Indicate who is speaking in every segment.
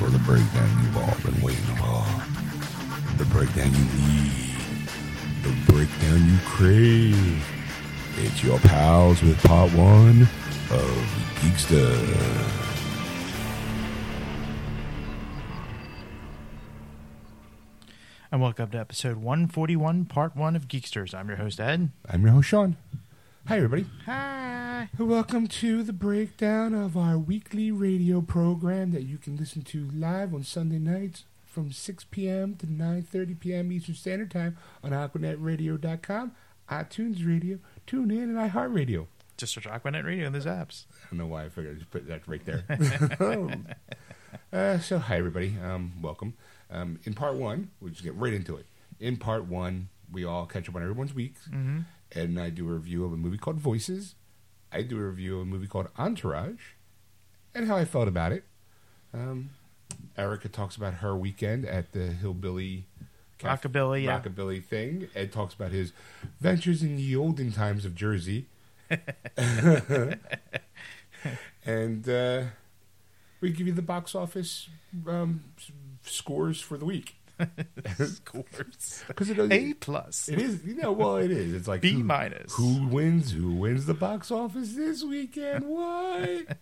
Speaker 1: for the breakdown you've all been waiting for. The breakdown you need. The breakdown you crave. It's your pals with part one of Geekster.
Speaker 2: And welcome to episode 141, part one of Geeksters. I'm your host, Ed.
Speaker 1: I'm your host, Sean. Hi, everybody.
Speaker 2: Hi.
Speaker 1: Welcome to the breakdown of our weekly radio program that you can listen to live on Sunday nights from 6 p.m. to 9:30 p.m. Eastern Standard Time on AquanetRadio.com, iTunes Radio, TuneIn, and iHeartRadio.
Speaker 2: Just search Aquanet Radio in those apps.
Speaker 1: I don't know why I figured I'd just put that right there. uh, so, hi, everybody. Um, welcome. Um, in part one, we'll just get right into it. In part one, we all catch up on everyone's week. Ed and I do a review of a movie called Voices. I do a review of a movie called Entourage and how I felt about it. Um, Erica talks about her weekend at the Hillbilly Caf-
Speaker 2: Rockabilly, yeah.
Speaker 1: Rockabilly thing. Ed talks about his ventures in the olden times of Jersey. and uh, we give you the box office um, s- scores for the week
Speaker 2: Scores.
Speaker 1: because it,
Speaker 2: A
Speaker 1: it
Speaker 2: plus.
Speaker 1: is you know well it is it's like hmm.
Speaker 2: B
Speaker 1: who-
Speaker 2: minus.
Speaker 1: who wins who wins the box office this weekend what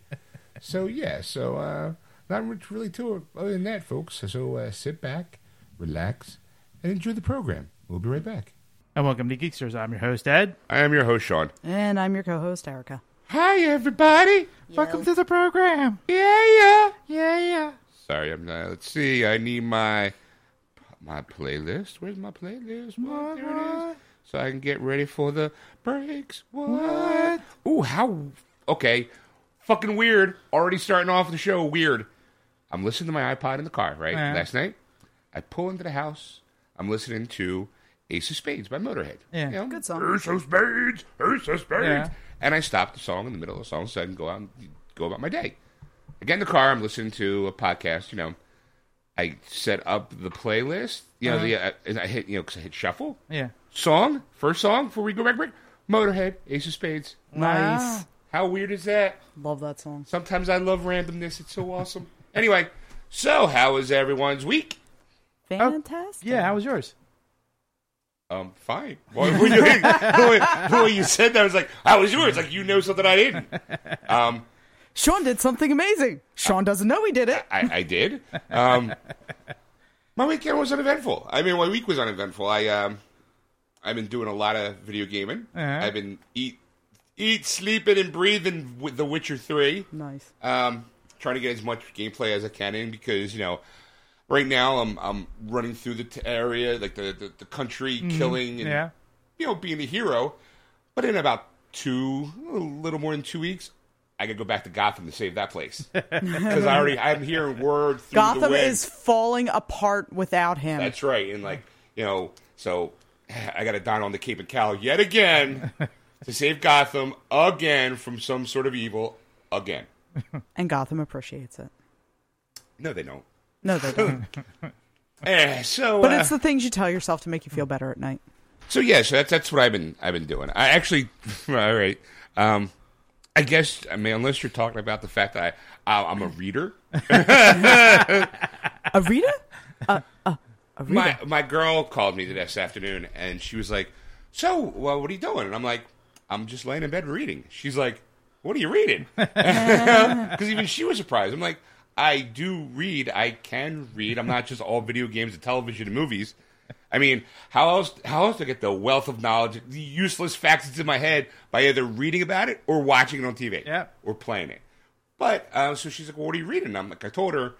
Speaker 1: so yeah so uh, not much really to it other than that folks so uh, sit back relax and enjoy the program we'll be right back.
Speaker 2: And welcome to Geeksters. I'm your host, Ed.
Speaker 1: I am your host Sean.
Speaker 3: And I'm your co host, Erica.
Speaker 1: Hi everybody.
Speaker 2: Welcome to the program.
Speaker 1: Yeah yeah.
Speaker 2: Yeah, yeah.
Speaker 1: Sorry, I'm not. Let's see. I need my my playlist. Where's my playlist? What? There it is. So I can get ready for the breaks. What? Ooh, how? Okay, fucking weird. Already starting off the show weird. I'm listening to my iPod in the car. Right
Speaker 2: Yeah.
Speaker 1: last night, I pull into the house. I'm listening to Ace of Spades by Motorhead.
Speaker 2: Yeah.
Speaker 1: You know,
Speaker 3: Good song.
Speaker 1: Ace of Spades. Ace of Spades.
Speaker 2: Yeah.
Speaker 1: And I stop the song in the middle of the song so I can go out and go about my day. I get in the car. I'm listening to a podcast. You know, I set up the playlist. You know, the uh, and I hit you know because I hit shuffle
Speaker 2: Yeah.
Speaker 1: song first song before we go back break. Motorhead, Ace of Spades.
Speaker 3: Nice.
Speaker 1: How weird is that?
Speaker 3: Love that song.
Speaker 1: Sometimes I love randomness. It's so awesome. Anyway, so how was everyone's week?
Speaker 3: Oh, Fantastic.
Speaker 2: Yeah, how was yours?
Speaker 1: Um, fine. Well, when you, the way- the way you said that, I was like, "How was yours?" Like you know something I didn't. Um,
Speaker 3: Sean did something amazing. Sean doesn't know he did it.
Speaker 1: I, I did. Um, my weekend was uneventful. I mean, my week was uneventful. I um, I've been doing a lot of video gaming.
Speaker 2: Uh-huh.
Speaker 1: I've been eat, eat, sleeping, and breathing with The Witcher Three.
Speaker 3: Nice.
Speaker 1: Um, trying to get as much gameplay as I can in because you know, right now I'm I'm running through the t- area like the the, the country, killing and
Speaker 2: Mm-hmm. Yeah.
Speaker 1: you know, being a hero. But in about two, a little more than two weeks, I could go back to Gotham to save that place because I already I'm hearing word through the
Speaker 3: Gotham
Speaker 1: wind.
Speaker 3: is falling apart without him.
Speaker 1: That's right, and like you know, so I got to dine on the Cape and Cow yet again to save Gotham again from some sort of evil again.
Speaker 3: and Gotham appreciates it.
Speaker 1: No, they don't.
Speaker 3: No, they don't.
Speaker 1: Eh, so,
Speaker 3: but
Speaker 1: uh,
Speaker 3: it's the things you tell yourself to make you feel better at night.
Speaker 1: so yeah, so that's that's what I've been I've been doing. I actually, all right. Um, I guess I mean unless you're talking about the fact that I, I I'm a reader.
Speaker 3: Arita? Uh, uh, Arita.
Speaker 1: my my girl called me this afternoon and she was like, "So, well, what are you doing?" And I'm like, "I'm just laying in bed reading." She's like, "What are you reading?" Because even she was surprised. I'm like, "I do read. I can read. I'm not just all video games and television and movies." I mean, how else how else do I get the wealth of knowledge, the useless facts that's in my head by either reading about it or watching it on TV
Speaker 2: Yep.
Speaker 1: or playing it? But uh, so she's like, well, "What are you reading?" And I'm like, "I told her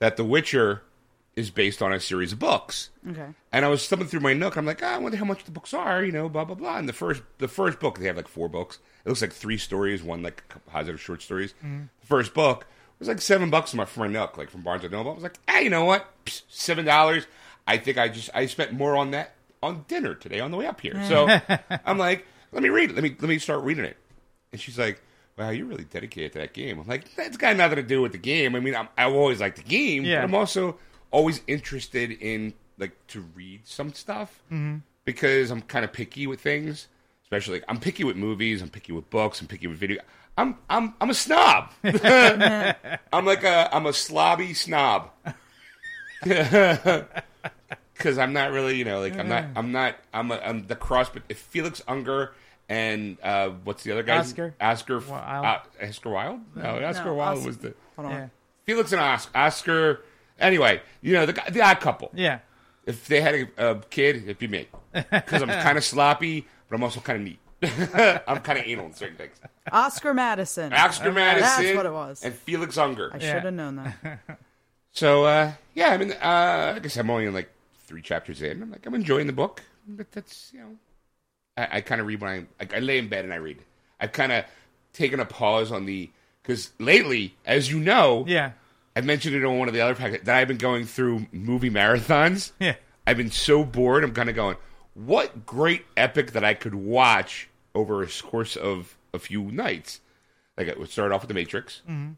Speaker 1: that The Witcher is based on a series of books."
Speaker 3: okay.
Speaker 1: And I was thumbing through my nook. I'm like, ah, I wonder how much the books are, you know, blah blah blah. And the first, the first book, they have like four books. It looks like three stories, one like composite of short stories. The first book was like seven bucks from my friend Nook, like from Barnes and Noble. I was like, hey, you know what? Psst, Seven dollars. I think I just I spent more on that on dinner today on the way up here. So I'm like, let me read it. Let me let me start reading it. And she's like, wow, you're really dedicated to that game. I'm like, that's got nothing to do with the game. I mean, I'm, I always like the game,
Speaker 2: Yeah.
Speaker 1: but I'm also always interested in like to read some stuff because I'm kind of picky with things. especially I'm picky with movies, I'm picky with books, I'm picky with video. I'm I'm I'm a snob. I'm like a I'm a slobby snob. Because I'm not really, you know, like I'm not I'm not I'm a, I'm the cross, but if Felix Unger and uh, what's the other guy?
Speaker 4: Oscar.
Speaker 1: Oscar F-
Speaker 2: Wilde.
Speaker 1: Uh, Oscar Wilde? No, Oscar Wilde
Speaker 3: Os-
Speaker 1: was the
Speaker 3: Hold on.
Speaker 2: Yeah.
Speaker 1: Felix and Os- Oscar. Anyway, you know the guy- the odd couple.
Speaker 2: Yeah.
Speaker 1: If they had a, a kid, it'd be me. Because I'm kind of sloppy, but I'm also kind of neat. I'm kind of anal in certain things.
Speaker 3: Oscar Madison.
Speaker 1: Oscar Madison.
Speaker 3: what it was.
Speaker 1: And Felix Unger.
Speaker 3: I should have known that.
Speaker 1: So, uh, yeah, I mean, uh, I guess I'm only in like three chapters in. I'm like, I'm enjoying the book, but that's, you know, I, I kind of read when I, I, I lay in bed and I read. I've kind of taken a pause on the, because lately, as you know,
Speaker 2: Yeah.
Speaker 1: I mentioned it on one of the other packets that I've been going through movie marathons.
Speaker 2: Yeah.
Speaker 1: I've been so bored. I'm kind of going, what great epic that I could watch over a course of a few nights. Like I would start off with The Matrix.
Speaker 2: Mm-hmm.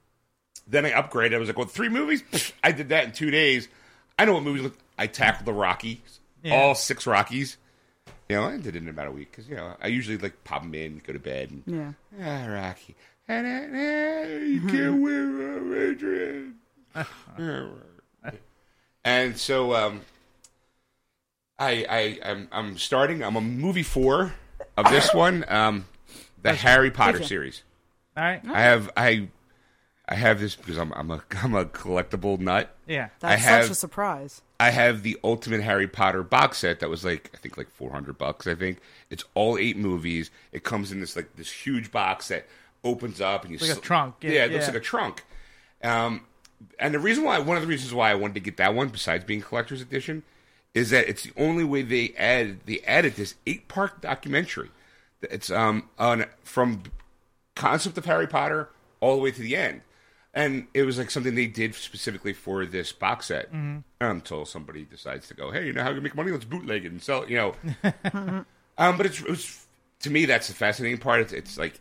Speaker 1: Then I upgraded. I was like, well, three movies. Pfft, I did that in two days. I know what movies. look- I tackled the Rockies,
Speaker 2: Yeah.
Speaker 1: all six Rockies. You know, I did it in about a week because you know I usually like pop them in, go to bed, and
Speaker 3: Yeah.
Speaker 1: Ah, Rocky. Ah, nah, nah, you can't win, uh, Adrian. and so um, I, I, I'm, I'm starting. I'm on movie four of this one, um, the Harry Potter
Speaker 3: Gotcha.
Speaker 1: series.
Speaker 2: All right.
Speaker 1: I have, I, I have this because I'm, I'm a, I'm a collectible nut.
Speaker 2: Yeah.
Speaker 1: I
Speaker 3: That's
Speaker 1: have-
Speaker 3: such a surprise.
Speaker 1: I have the ultimate Harry Potter box set that was like I think like 400 bucks I think. It's all eight movies. It comes in this like this huge box that opens up and you
Speaker 2: Like a
Speaker 1: sl-
Speaker 2: trunk. Yeah,
Speaker 1: it looks
Speaker 2: yeah.
Speaker 1: like a trunk. Um and the reason why one of the reasons why I wanted to get that one besides being collector's edition is that it's the only way they added they added this eight part documentary. It's um on from concept of Harry Potter all the way to the end. And it was like something they did specifically for this box set until somebody decides to go, hey, you know how we can make money? Let's bootleg it and sell it, you know. um, but it's, it's to me that's the fascinating part. It's, it's like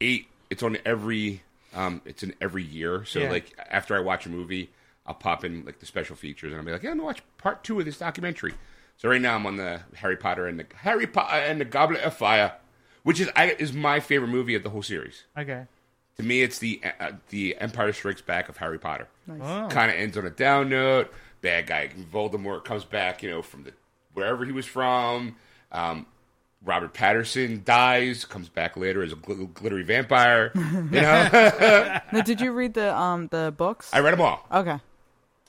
Speaker 1: eight. It's on every. Um, it's in every year. So
Speaker 2: Yeah.
Speaker 1: like after I watch a movie, I'll pop in like the special features and I'll be like, yeah, I'm gonna watch part two of this documentary. So right now I'm on the Harry Potter and the Harry Potter and the Goblet of Fire, which is I, is my favorite movie of the whole series.
Speaker 2: Okay.
Speaker 1: To me, it's the uh, the Empire Strikes Back of Harry Potter.
Speaker 2: Oh.
Speaker 1: Kind of ends on a down note. Bad guy Voldemort comes back, you know, from the wherever he was from. Um, Robert Patterson dies, comes back later as a gl- glittery vampire. You know,
Speaker 3: Now, did you read the um the books?
Speaker 1: I read them all.
Speaker 3: okay.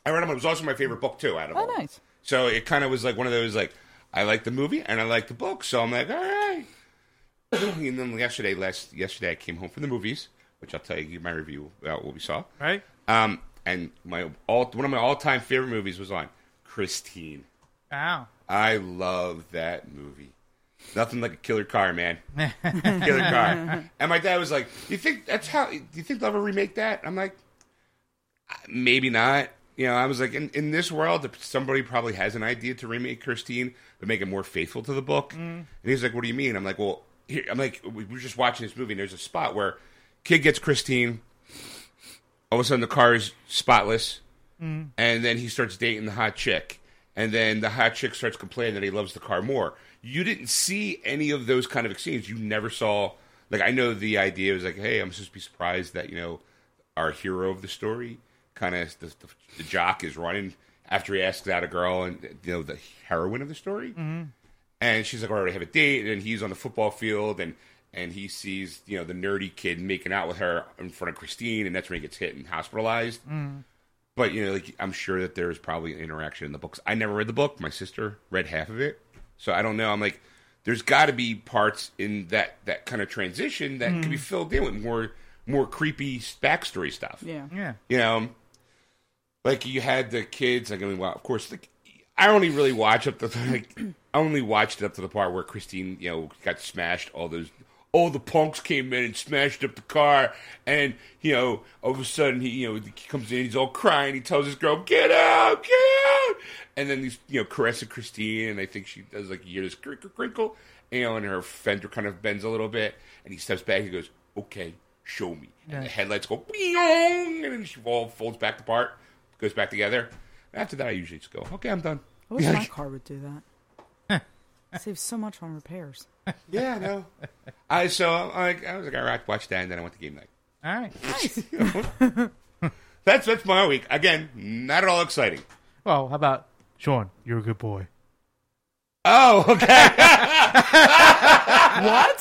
Speaker 1: I read them. It was also my favorite book too. Out of
Speaker 3: Oh,
Speaker 1: all. of them.
Speaker 3: nice.
Speaker 1: So it kind of was like one of those like I like the movie and I like the book, so I'm like, all right. and then yesterday, last yesterday, I came home from the movies, which I'll tell you my review about what we saw.
Speaker 2: Right.
Speaker 1: Um, and my all one of my all time favorite movies was on Christine.
Speaker 2: Wow.
Speaker 1: I love that movie. Nothing like a killer car, man. killer car. And my dad was like, "You think that's how? Do you think they'll ever remake that?" I'm like, "Maybe not." You know, I was like, "In in this world, somebody probably has an idea to remake Christine, but make it more faithful to the book." And he's like, "What do you mean?" I'm like, "Well, here, I'm like, we were just watching this movie, and there's a spot where kid gets Christine. All of a sudden, the car is spotless." and then he starts dating the hot chick and then the hot chick starts complaining that he loves the car more you didn't see any of those kind of exchanges you never saw like i know the idea was like hey i'm supposed to be surprised that you know our hero of the story kind of the, the, the jock is running after he asks out a girl and you know the heroine of the story and she's like, "All right, I have a date." And he's on the football field, and and he sees you know the nerdy kid making out with her in front of Christine, and that's when he gets hit and hospitalized. But you know, like I'm sure that there is probably an interaction in the books. I never read the book. My sister read half of it, so I don't know. I'm like, there's got to be parts in that that kind of transition that could be filled in with more more creepy backstory stuff
Speaker 3: Yeah.
Speaker 2: Yeah.
Speaker 1: you know, like you had the kids. Like I mean, well, of course, like I only really watch up to like I only watched it up to the part where Christine, you know, got smashed. All those, all the punks came in and smashed up the car, and you know, all of a sudden he, you know, he comes in, he's all crying, he tells his girl, "Get out, get out," and then he's you know caressing Christine, and I think she does like you hear this crinkle, crinkle, you know, and her fender kind of bends a little bit, and he steps back, he goes, "Okay." Show me. And the headlights go, "Beong," and then she all folds back apart, goes back together. After that, I usually just go, okay, I'm done.
Speaker 3: I wish my car would do that. Saves so much on repairs.
Speaker 1: Yeah, no. I so I, I was like, all right, watch that, and then I went to game night.
Speaker 2: All right.
Speaker 3: Nice.
Speaker 1: That's that's my week. Again, not at all exciting.
Speaker 2: Well, how about Sean? You're a good boy.
Speaker 1: Oh, okay.
Speaker 3: what?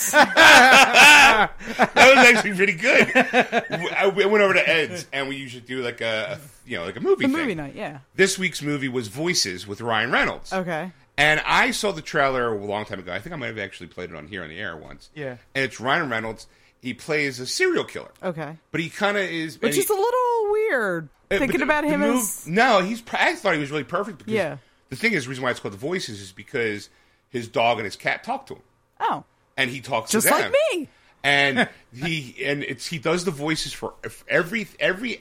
Speaker 1: that was actually pretty good. I we went over to Ed's, and we usually do like a you know like a movie.
Speaker 3: The
Speaker 1: thing.
Speaker 3: movie night, yeah.
Speaker 1: This week's movie was Voices with Ryan Reynolds.
Speaker 3: Okay.
Speaker 1: And I saw the trailer a long time ago. I think I might have actually played it on here on the air once.
Speaker 2: Yeah.
Speaker 1: And it's Ryan Reynolds. He plays a serial killer,
Speaker 3: Okay.
Speaker 1: but he kind of is. and
Speaker 3: Which
Speaker 1: he-
Speaker 3: is a little weird.
Speaker 1: Uh,
Speaker 3: Thinking
Speaker 1: but
Speaker 3: about
Speaker 1: the
Speaker 3: him
Speaker 1: move-
Speaker 3: as
Speaker 1: no, he's. pr- I thought he was really perfect because
Speaker 3: Yeah.
Speaker 1: the thing is, the reason why it's called the voices is because his dog and his cat talk to him,
Speaker 3: oh,
Speaker 1: and he talks
Speaker 3: just
Speaker 1: to them.
Speaker 3: like me.
Speaker 1: And he and it's he does the voices for if every every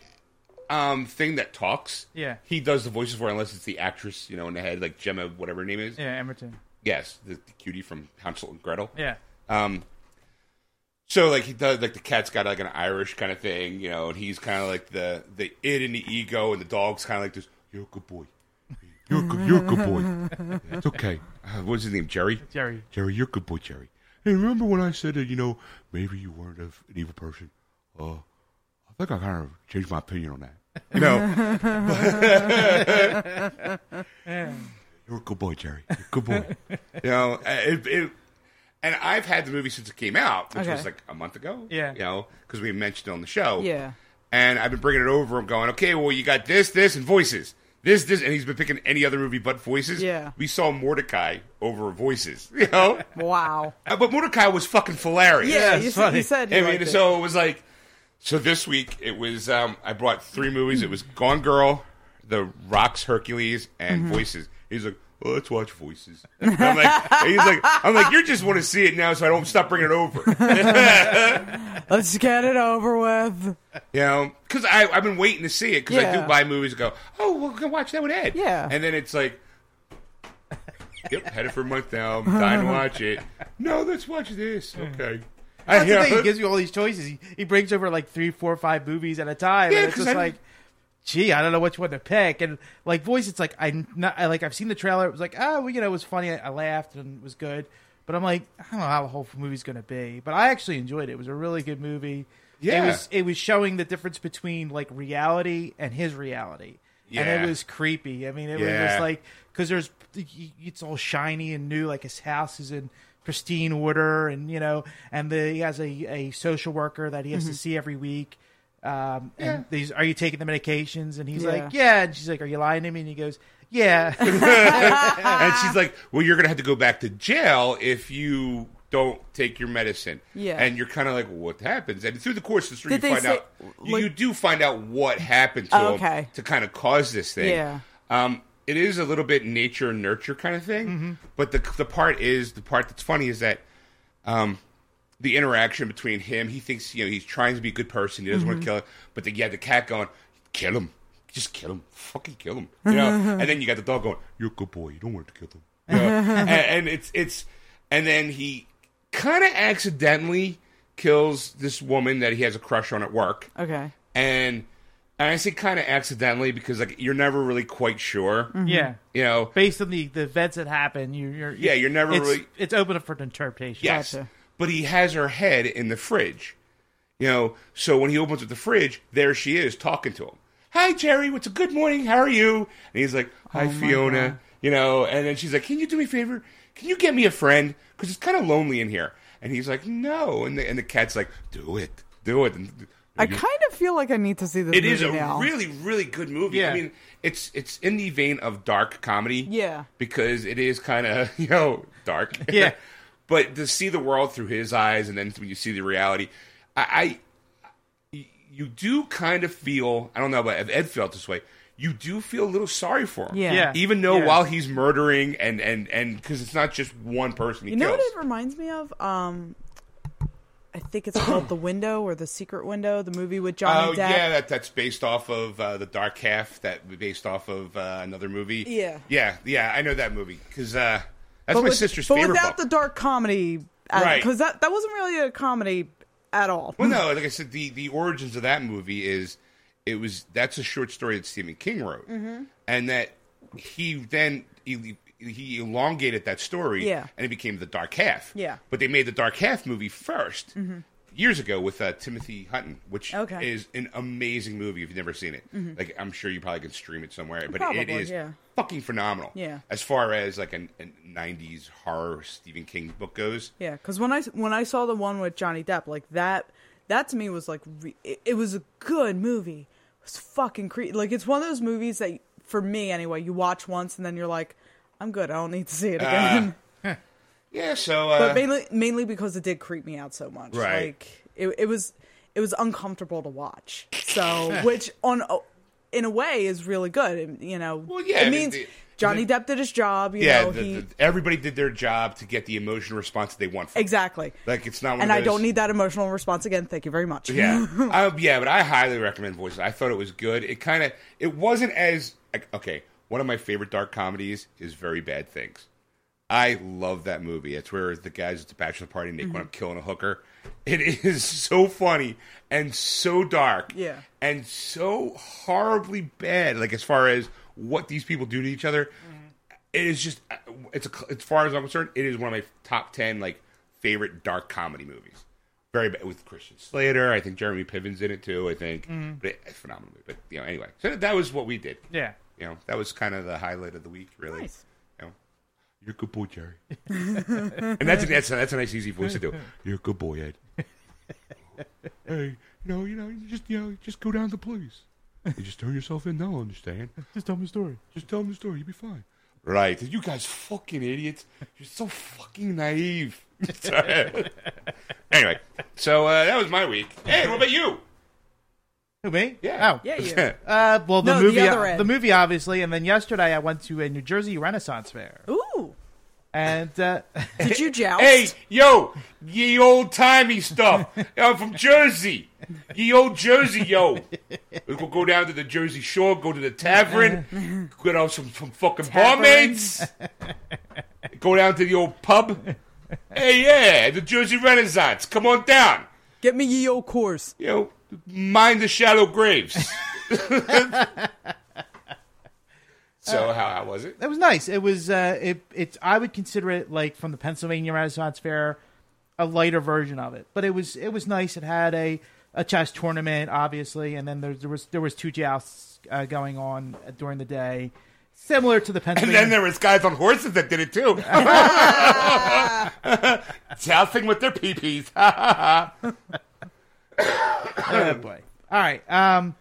Speaker 1: um thing that talks.
Speaker 2: Yeah.
Speaker 1: he does the voices for unless it's the actress you know in the head like Gemma whatever her name is.
Speaker 2: Yeah, Emerton.
Speaker 1: Yes, the, the cutie from Hansel and Gretel.
Speaker 2: Yeah.
Speaker 1: Um, so like he does like the cat's got like an Irish kind of thing, you know, and he's kind of like the the it and the ego, and the dog's kind of like this. You're a good boy. You're a good, you're a good boy. It's okay. Uh, what's his name? Jerry.
Speaker 2: Jerry.
Speaker 1: Jerry, you're a good boy, Jerry. Hey, remember when I said that you know maybe you weren't a, an evil person? Uh, I think I kind of changed my opinion on that. You know, you're a good boy, Jerry. You're a good boy. you know, uh, it, it, and I've had the movie since it came out, which was
Speaker 3: Okay.
Speaker 1: like a month ago.
Speaker 2: Yeah.
Speaker 1: you know, because we mentioned it on the show.
Speaker 3: Yeah.
Speaker 1: and I've been bringing it over. I'm going, okay, well, you got this, this, and voices. This, this, and he's been picking any other movie but Voices.
Speaker 3: Yeah.
Speaker 1: we saw Mordecai over Voices. You know,
Speaker 3: Wow.
Speaker 1: Uh, but Mordecai was fucking hilarious.
Speaker 3: Yeah, you,
Speaker 2: it's
Speaker 3: said-
Speaker 2: funny.
Speaker 3: you said. You
Speaker 1: I mean,
Speaker 3: liked it.
Speaker 1: so it was like, so this week it was. Um, I brought three movies. It was Gone Girl, The Rock's Hercules, and Voices. He's like, well, let's watch Voices. And I'm like, and he's like, I'm like, you just want to see it now, so I don't stop bringing it over.
Speaker 3: Let's get it over with.
Speaker 1: You know, because I I've been waiting to see it because I
Speaker 3: Yeah.
Speaker 1: do buy movies. And go, oh, well, we can watch that with Ed.
Speaker 3: Yeah.
Speaker 1: and then it's like. Yep, had it for a month now. I'm dying to watch it. No, let's watch this. Okay. I,
Speaker 2: That's the thing. He gives you all these choices. He, he brings over like three, four, five movies at a time.
Speaker 1: Yeah,
Speaker 2: and it's
Speaker 1: 'cause
Speaker 2: just
Speaker 1: I-
Speaker 2: like, gee, I don't know which one to pick. And like voice, it's like I'm not. I like I've seen the trailer. It was like, oh, well, you know, it was funny. I, I laughed and it was good. But I'm like, I don't know how the whole movie's going to be. But I actually enjoyed it. It was a really good movie.
Speaker 1: Yeah.
Speaker 2: It was it was showing the difference between like reality and his reality. And
Speaker 1: Yeah.
Speaker 2: it was creepy. I mean, it was
Speaker 1: Yeah.
Speaker 2: just like because there's it's all shiny and new like his house is in pristine order and you know and the, he has a, a social worker that he has to
Speaker 3: Mm-hmm.
Speaker 2: see every week um and these are you taking the medications and he's
Speaker 3: Yeah.
Speaker 2: like yeah and she's like are you lying to me and he goes yeah
Speaker 3: Uh-huh.
Speaker 1: and she's like, "Well, you're gonna have to go back to jail if you don't take your medicine."
Speaker 3: Yeah.
Speaker 1: and you're kind of like, "What happens?" And through the course of the story,
Speaker 3: Did
Speaker 1: you
Speaker 3: they
Speaker 1: find
Speaker 3: say-
Speaker 1: out you,
Speaker 3: like-
Speaker 1: you do find out what happened to
Speaker 3: Oh,
Speaker 1: him
Speaker 3: okay.
Speaker 1: to kind of cause this thing.
Speaker 3: Yeah.
Speaker 1: um, it is a little bit nature and nurture kind of thing,
Speaker 3: Mm-hmm.
Speaker 1: but the the part is the part that's funny is that. Um, the interaction between him, he thinks you know he's trying to be a good person. He doesn't
Speaker 3: Mm-hmm.
Speaker 1: want to kill him, but the, yeah, the cat going, kill him, just kill him, fucking kill him, you know. and then you got the dog going, you're a good boy, you don't want to kill him. You know? and, and it's it's, and then he kind of accidentally kills this woman that he has a crush on at work
Speaker 3: Okay.
Speaker 1: and and I say kind of accidentally because like you're never really quite sure,
Speaker 2: yeah
Speaker 1: you know.
Speaker 2: based on the the events that happen you, you're
Speaker 1: Yeah, you're never
Speaker 2: it's,
Speaker 1: really-
Speaker 2: it's open up for interpretation
Speaker 1: Yes,
Speaker 3: Gotcha.
Speaker 1: but he has her head in the fridge, you know. So when he opens up the fridge, there she is talking to him. Hi, Jerry. What's a good morning? How are you? And he's like,
Speaker 3: Oh,
Speaker 1: Hi, Fiona. You know. And then she's like, Can you do me a favor? Can you get me a friend? Because it's kind of lonely in here. And he's like, No. And the and the cat's like, Do it, do it. And,
Speaker 3: I kind of feel like I need to see this.
Speaker 1: It
Speaker 3: movie
Speaker 1: is a
Speaker 3: now.
Speaker 1: really, really good movie.
Speaker 2: Yeah.
Speaker 1: I mean, it's it's in the vein of dark comedy.
Speaker 3: Yeah.
Speaker 1: Because it is kind of, you know, dark.
Speaker 2: Yeah.
Speaker 1: but to see the world through his eyes and then when you see the reality, I, I you do kind of feel, I don't know about Ed felt this way, you do feel a little sorry for him.
Speaker 3: Yeah.
Speaker 2: Yeah.
Speaker 1: Even though
Speaker 2: Yeah.
Speaker 1: while he's murdering and and and because it's not just one person he
Speaker 3: You know
Speaker 1: kills.
Speaker 3: what it reminds me of? Um, I think it's called The Window or The Secret Window, the movie with Johnny
Speaker 1: Oh
Speaker 3: Depp.
Speaker 1: yeah, that that's based off of uh, the Dark Half. That based off of uh, another movie.
Speaker 3: Yeah.
Speaker 1: yeah, yeah. I know that movie because uh, that's
Speaker 3: but
Speaker 1: my
Speaker 3: with-
Speaker 1: sister's
Speaker 3: but
Speaker 1: favorite
Speaker 3: without
Speaker 1: book.
Speaker 3: the dark comedy,
Speaker 1: Right.
Speaker 3: Because that that wasn't really a comedy at all.
Speaker 1: well, no, like I said, the the origins of that movie is it
Speaker 3: Mm-hmm.
Speaker 1: was that's a short story that Stephen King wrote, and that he then he he elongated that story,
Speaker 3: Yeah.
Speaker 1: and it became the Dark Half.
Speaker 3: Yeah. Mm-hmm.
Speaker 1: But they made the Dark Half movie 1st years ago with uh, Timothy Hutton, which
Speaker 3: Okay. Mm-hmm.
Speaker 1: is an amazing movie if you've never seen it. Like I'm sure you probably can stream it somewhere, but it
Speaker 3: Probably,
Speaker 1: is
Speaker 3: yeah.
Speaker 1: fucking phenomenal.
Speaker 3: Yeah.
Speaker 1: As far as like a, a '90s horror Stephen King book goes,
Speaker 3: Yeah, because when I when I saw the one with Johnny Depp, like that, that to me was like re- it, it was a good movie. It's fucking creepy. Like it's one of those movies that, for me anyway, you watch once and then you're like, I'm good. I don't need to
Speaker 1: Ah.
Speaker 3: see it again.
Speaker 1: yeah. So uh,
Speaker 3: but mainly mainly because it did creep me out so much.
Speaker 1: Right.
Speaker 3: Like it it was it was uncomfortable to watch. So which on a- in a way is really good. It- you know.
Speaker 1: Well, yeah, I mean,
Speaker 3: It means
Speaker 1: the-
Speaker 3: Johnny Depp did his job. You
Speaker 1: yeah,
Speaker 3: know,
Speaker 1: the-
Speaker 3: he
Speaker 1: the- everybody did their job to get the emotional response that they want. From it.
Speaker 3: exactly.
Speaker 1: Like it's not. One
Speaker 3: and
Speaker 1: of
Speaker 3: I
Speaker 1: those-
Speaker 3: don't need that emotional response again. Thank you very much.
Speaker 1: Yeah, I, yeah, but I highly recommend Voices. I thought it was good. It kind of it wasn't as like, okay. One of my favorite dark comedies is Very Bad Things. I love that movie. It's where the guys at the bachelor party and they
Speaker 3: Mm-hmm.
Speaker 1: go up killing a hooker. It is so funny and so dark,
Speaker 3: Yeah.
Speaker 1: and so horribly bad. Like as far as what these people do to each other, it is just uh, it's a, as far as I'm concerned, it is one of my top ten like favorite dark comedy movies. Very bad with Christian Slater. I think Jeremy Piven's in it too. I think, but it, it's a phenomenal movie. But you know, anyway, so that was what we did.
Speaker 2: Yeah.
Speaker 1: You know, that was kind of the highlight of the week, really.
Speaker 3: Nice.
Speaker 1: You know, you're a good boy, Jerry. and that's a, that's a, that's a nice easy voice to do. You're a good boy, Ed. hey, you know, you know, you just you know, just go down to the police. You just turn yourself in. They'll understand.
Speaker 2: Just tell me a story.
Speaker 1: Just tell them the story. You'll be fine. Right. You guys fucking idiots. You're so fucking naive. anyway, so uh, that was my week. Hey, what about you?
Speaker 2: Who me?
Speaker 1: Yeah.
Speaker 2: Oh.
Speaker 3: Yeah, you.
Speaker 2: Uh, well, the
Speaker 3: No, the
Speaker 2: movie,
Speaker 3: other end.
Speaker 2: the movie, obviously, and then yesterday I went to a New Jersey Renaissance Fair,
Speaker 3: Ooh.
Speaker 2: and uh,
Speaker 3: Did you joust?
Speaker 1: Hey, yo, ye old timey stuff. I'm from Jersey. Ye old Jersey, yo. We'll go down to the Jersey Shore, go to the tavern, get out some, some fucking
Speaker 3: Tavern.
Speaker 1: barmaids, go down to the old pub. Hey, yeah, the Jersey Renaissance. Come on down.
Speaker 3: Get me ye old course.
Speaker 1: You know, mind the shallow graves. so, how, how was it?
Speaker 2: it was nice. It was uh, it it's I would consider it like from the Pennsylvania Renaissance Fair, a lighter version of it. But it was it was nice. It had a, a chess tournament, obviously, and then there, there was there was two jousts uh, going on during the day, similar to the
Speaker 1: And
Speaker 2: Pennsylvania.
Speaker 1: then there was guys on horses that did it too. Jousting with their pee-pees.
Speaker 2: oh, boy. All right. Um,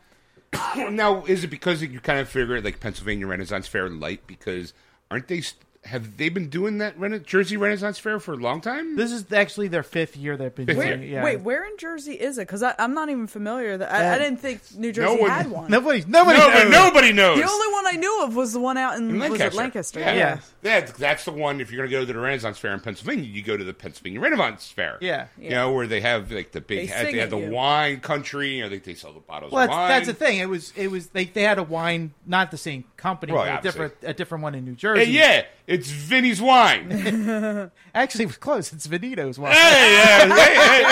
Speaker 1: now, is it because you kind of figure like Pennsylvania Renaissance Fair light? Because aren't they? st- Have they been doing that Rena- Jersey Renaissance Fair for a long time?
Speaker 2: this is actually their fifth year they've been
Speaker 1: year.
Speaker 2: doing. it, Yeah.
Speaker 3: Wait, where in Jersey is it? Because I'm not even familiar. That I, I
Speaker 2: Uh,
Speaker 3: didn't think New Jersey
Speaker 1: one-
Speaker 3: had one.
Speaker 2: nobody's nobody.
Speaker 1: No,
Speaker 2: knows.
Speaker 1: but nobody knows.
Speaker 3: The only one I knew of was the one out in,
Speaker 1: In
Speaker 3: was it Lancaster?
Speaker 1: Yeah.
Speaker 2: Yeah.
Speaker 1: That- that's the one. If you're going to go to the Renaissance Fair in Pennsylvania, you go to the Pennsylvania Renaissance Fair.
Speaker 2: Yeah.
Speaker 1: You know, where they have like the big,
Speaker 3: They
Speaker 1: they, they
Speaker 3: sing
Speaker 1: have the
Speaker 3: at you.
Speaker 1: wine country, or they, they sell the bottles
Speaker 2: Well,
Speaker 1: of wine.
Speaker 2: that's, that's the thing. It was it was they they had a wine, not the same company,
Speaker 1: Right,
Speaker 2: but a
Speaker 1: obviously.
Speaker 2: different a different one in New Jersey.
Speaker 1: Hey, yeah, it's Vinny's wine. hey,
Speaker 2: actually, it was close. It's Venito's
Speaker 1: Ah!
Speaker 2: wine.
Speaker 1: yeah, hey,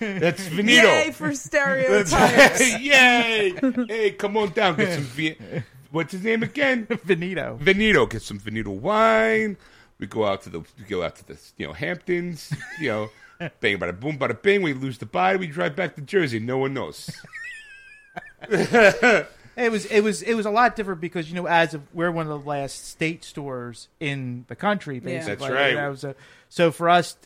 Speaker 1: hey, hey, that's
Speaker 3: Yay
Speaker 1: Vinito.
Speaker 3: for stereotypes.
Speaker 1: Yay! Hey, come on down, get some. Vi- What's his name again?
Speaker 2: Venito.
Speaker 1: Veneto, get some Veneto wine. We go out to the we go out to the you know Hamptons, you know, bang bada boom bada bing. We lose the body. We drive back to Jersey. No one knows.
Speaker 2: It was it was it was a lot different because you know as of, we're one of the last state stores in the country basically.
Speaker 3: That's
Speaker 1: right.
Speaker 2: And that was a- so for us,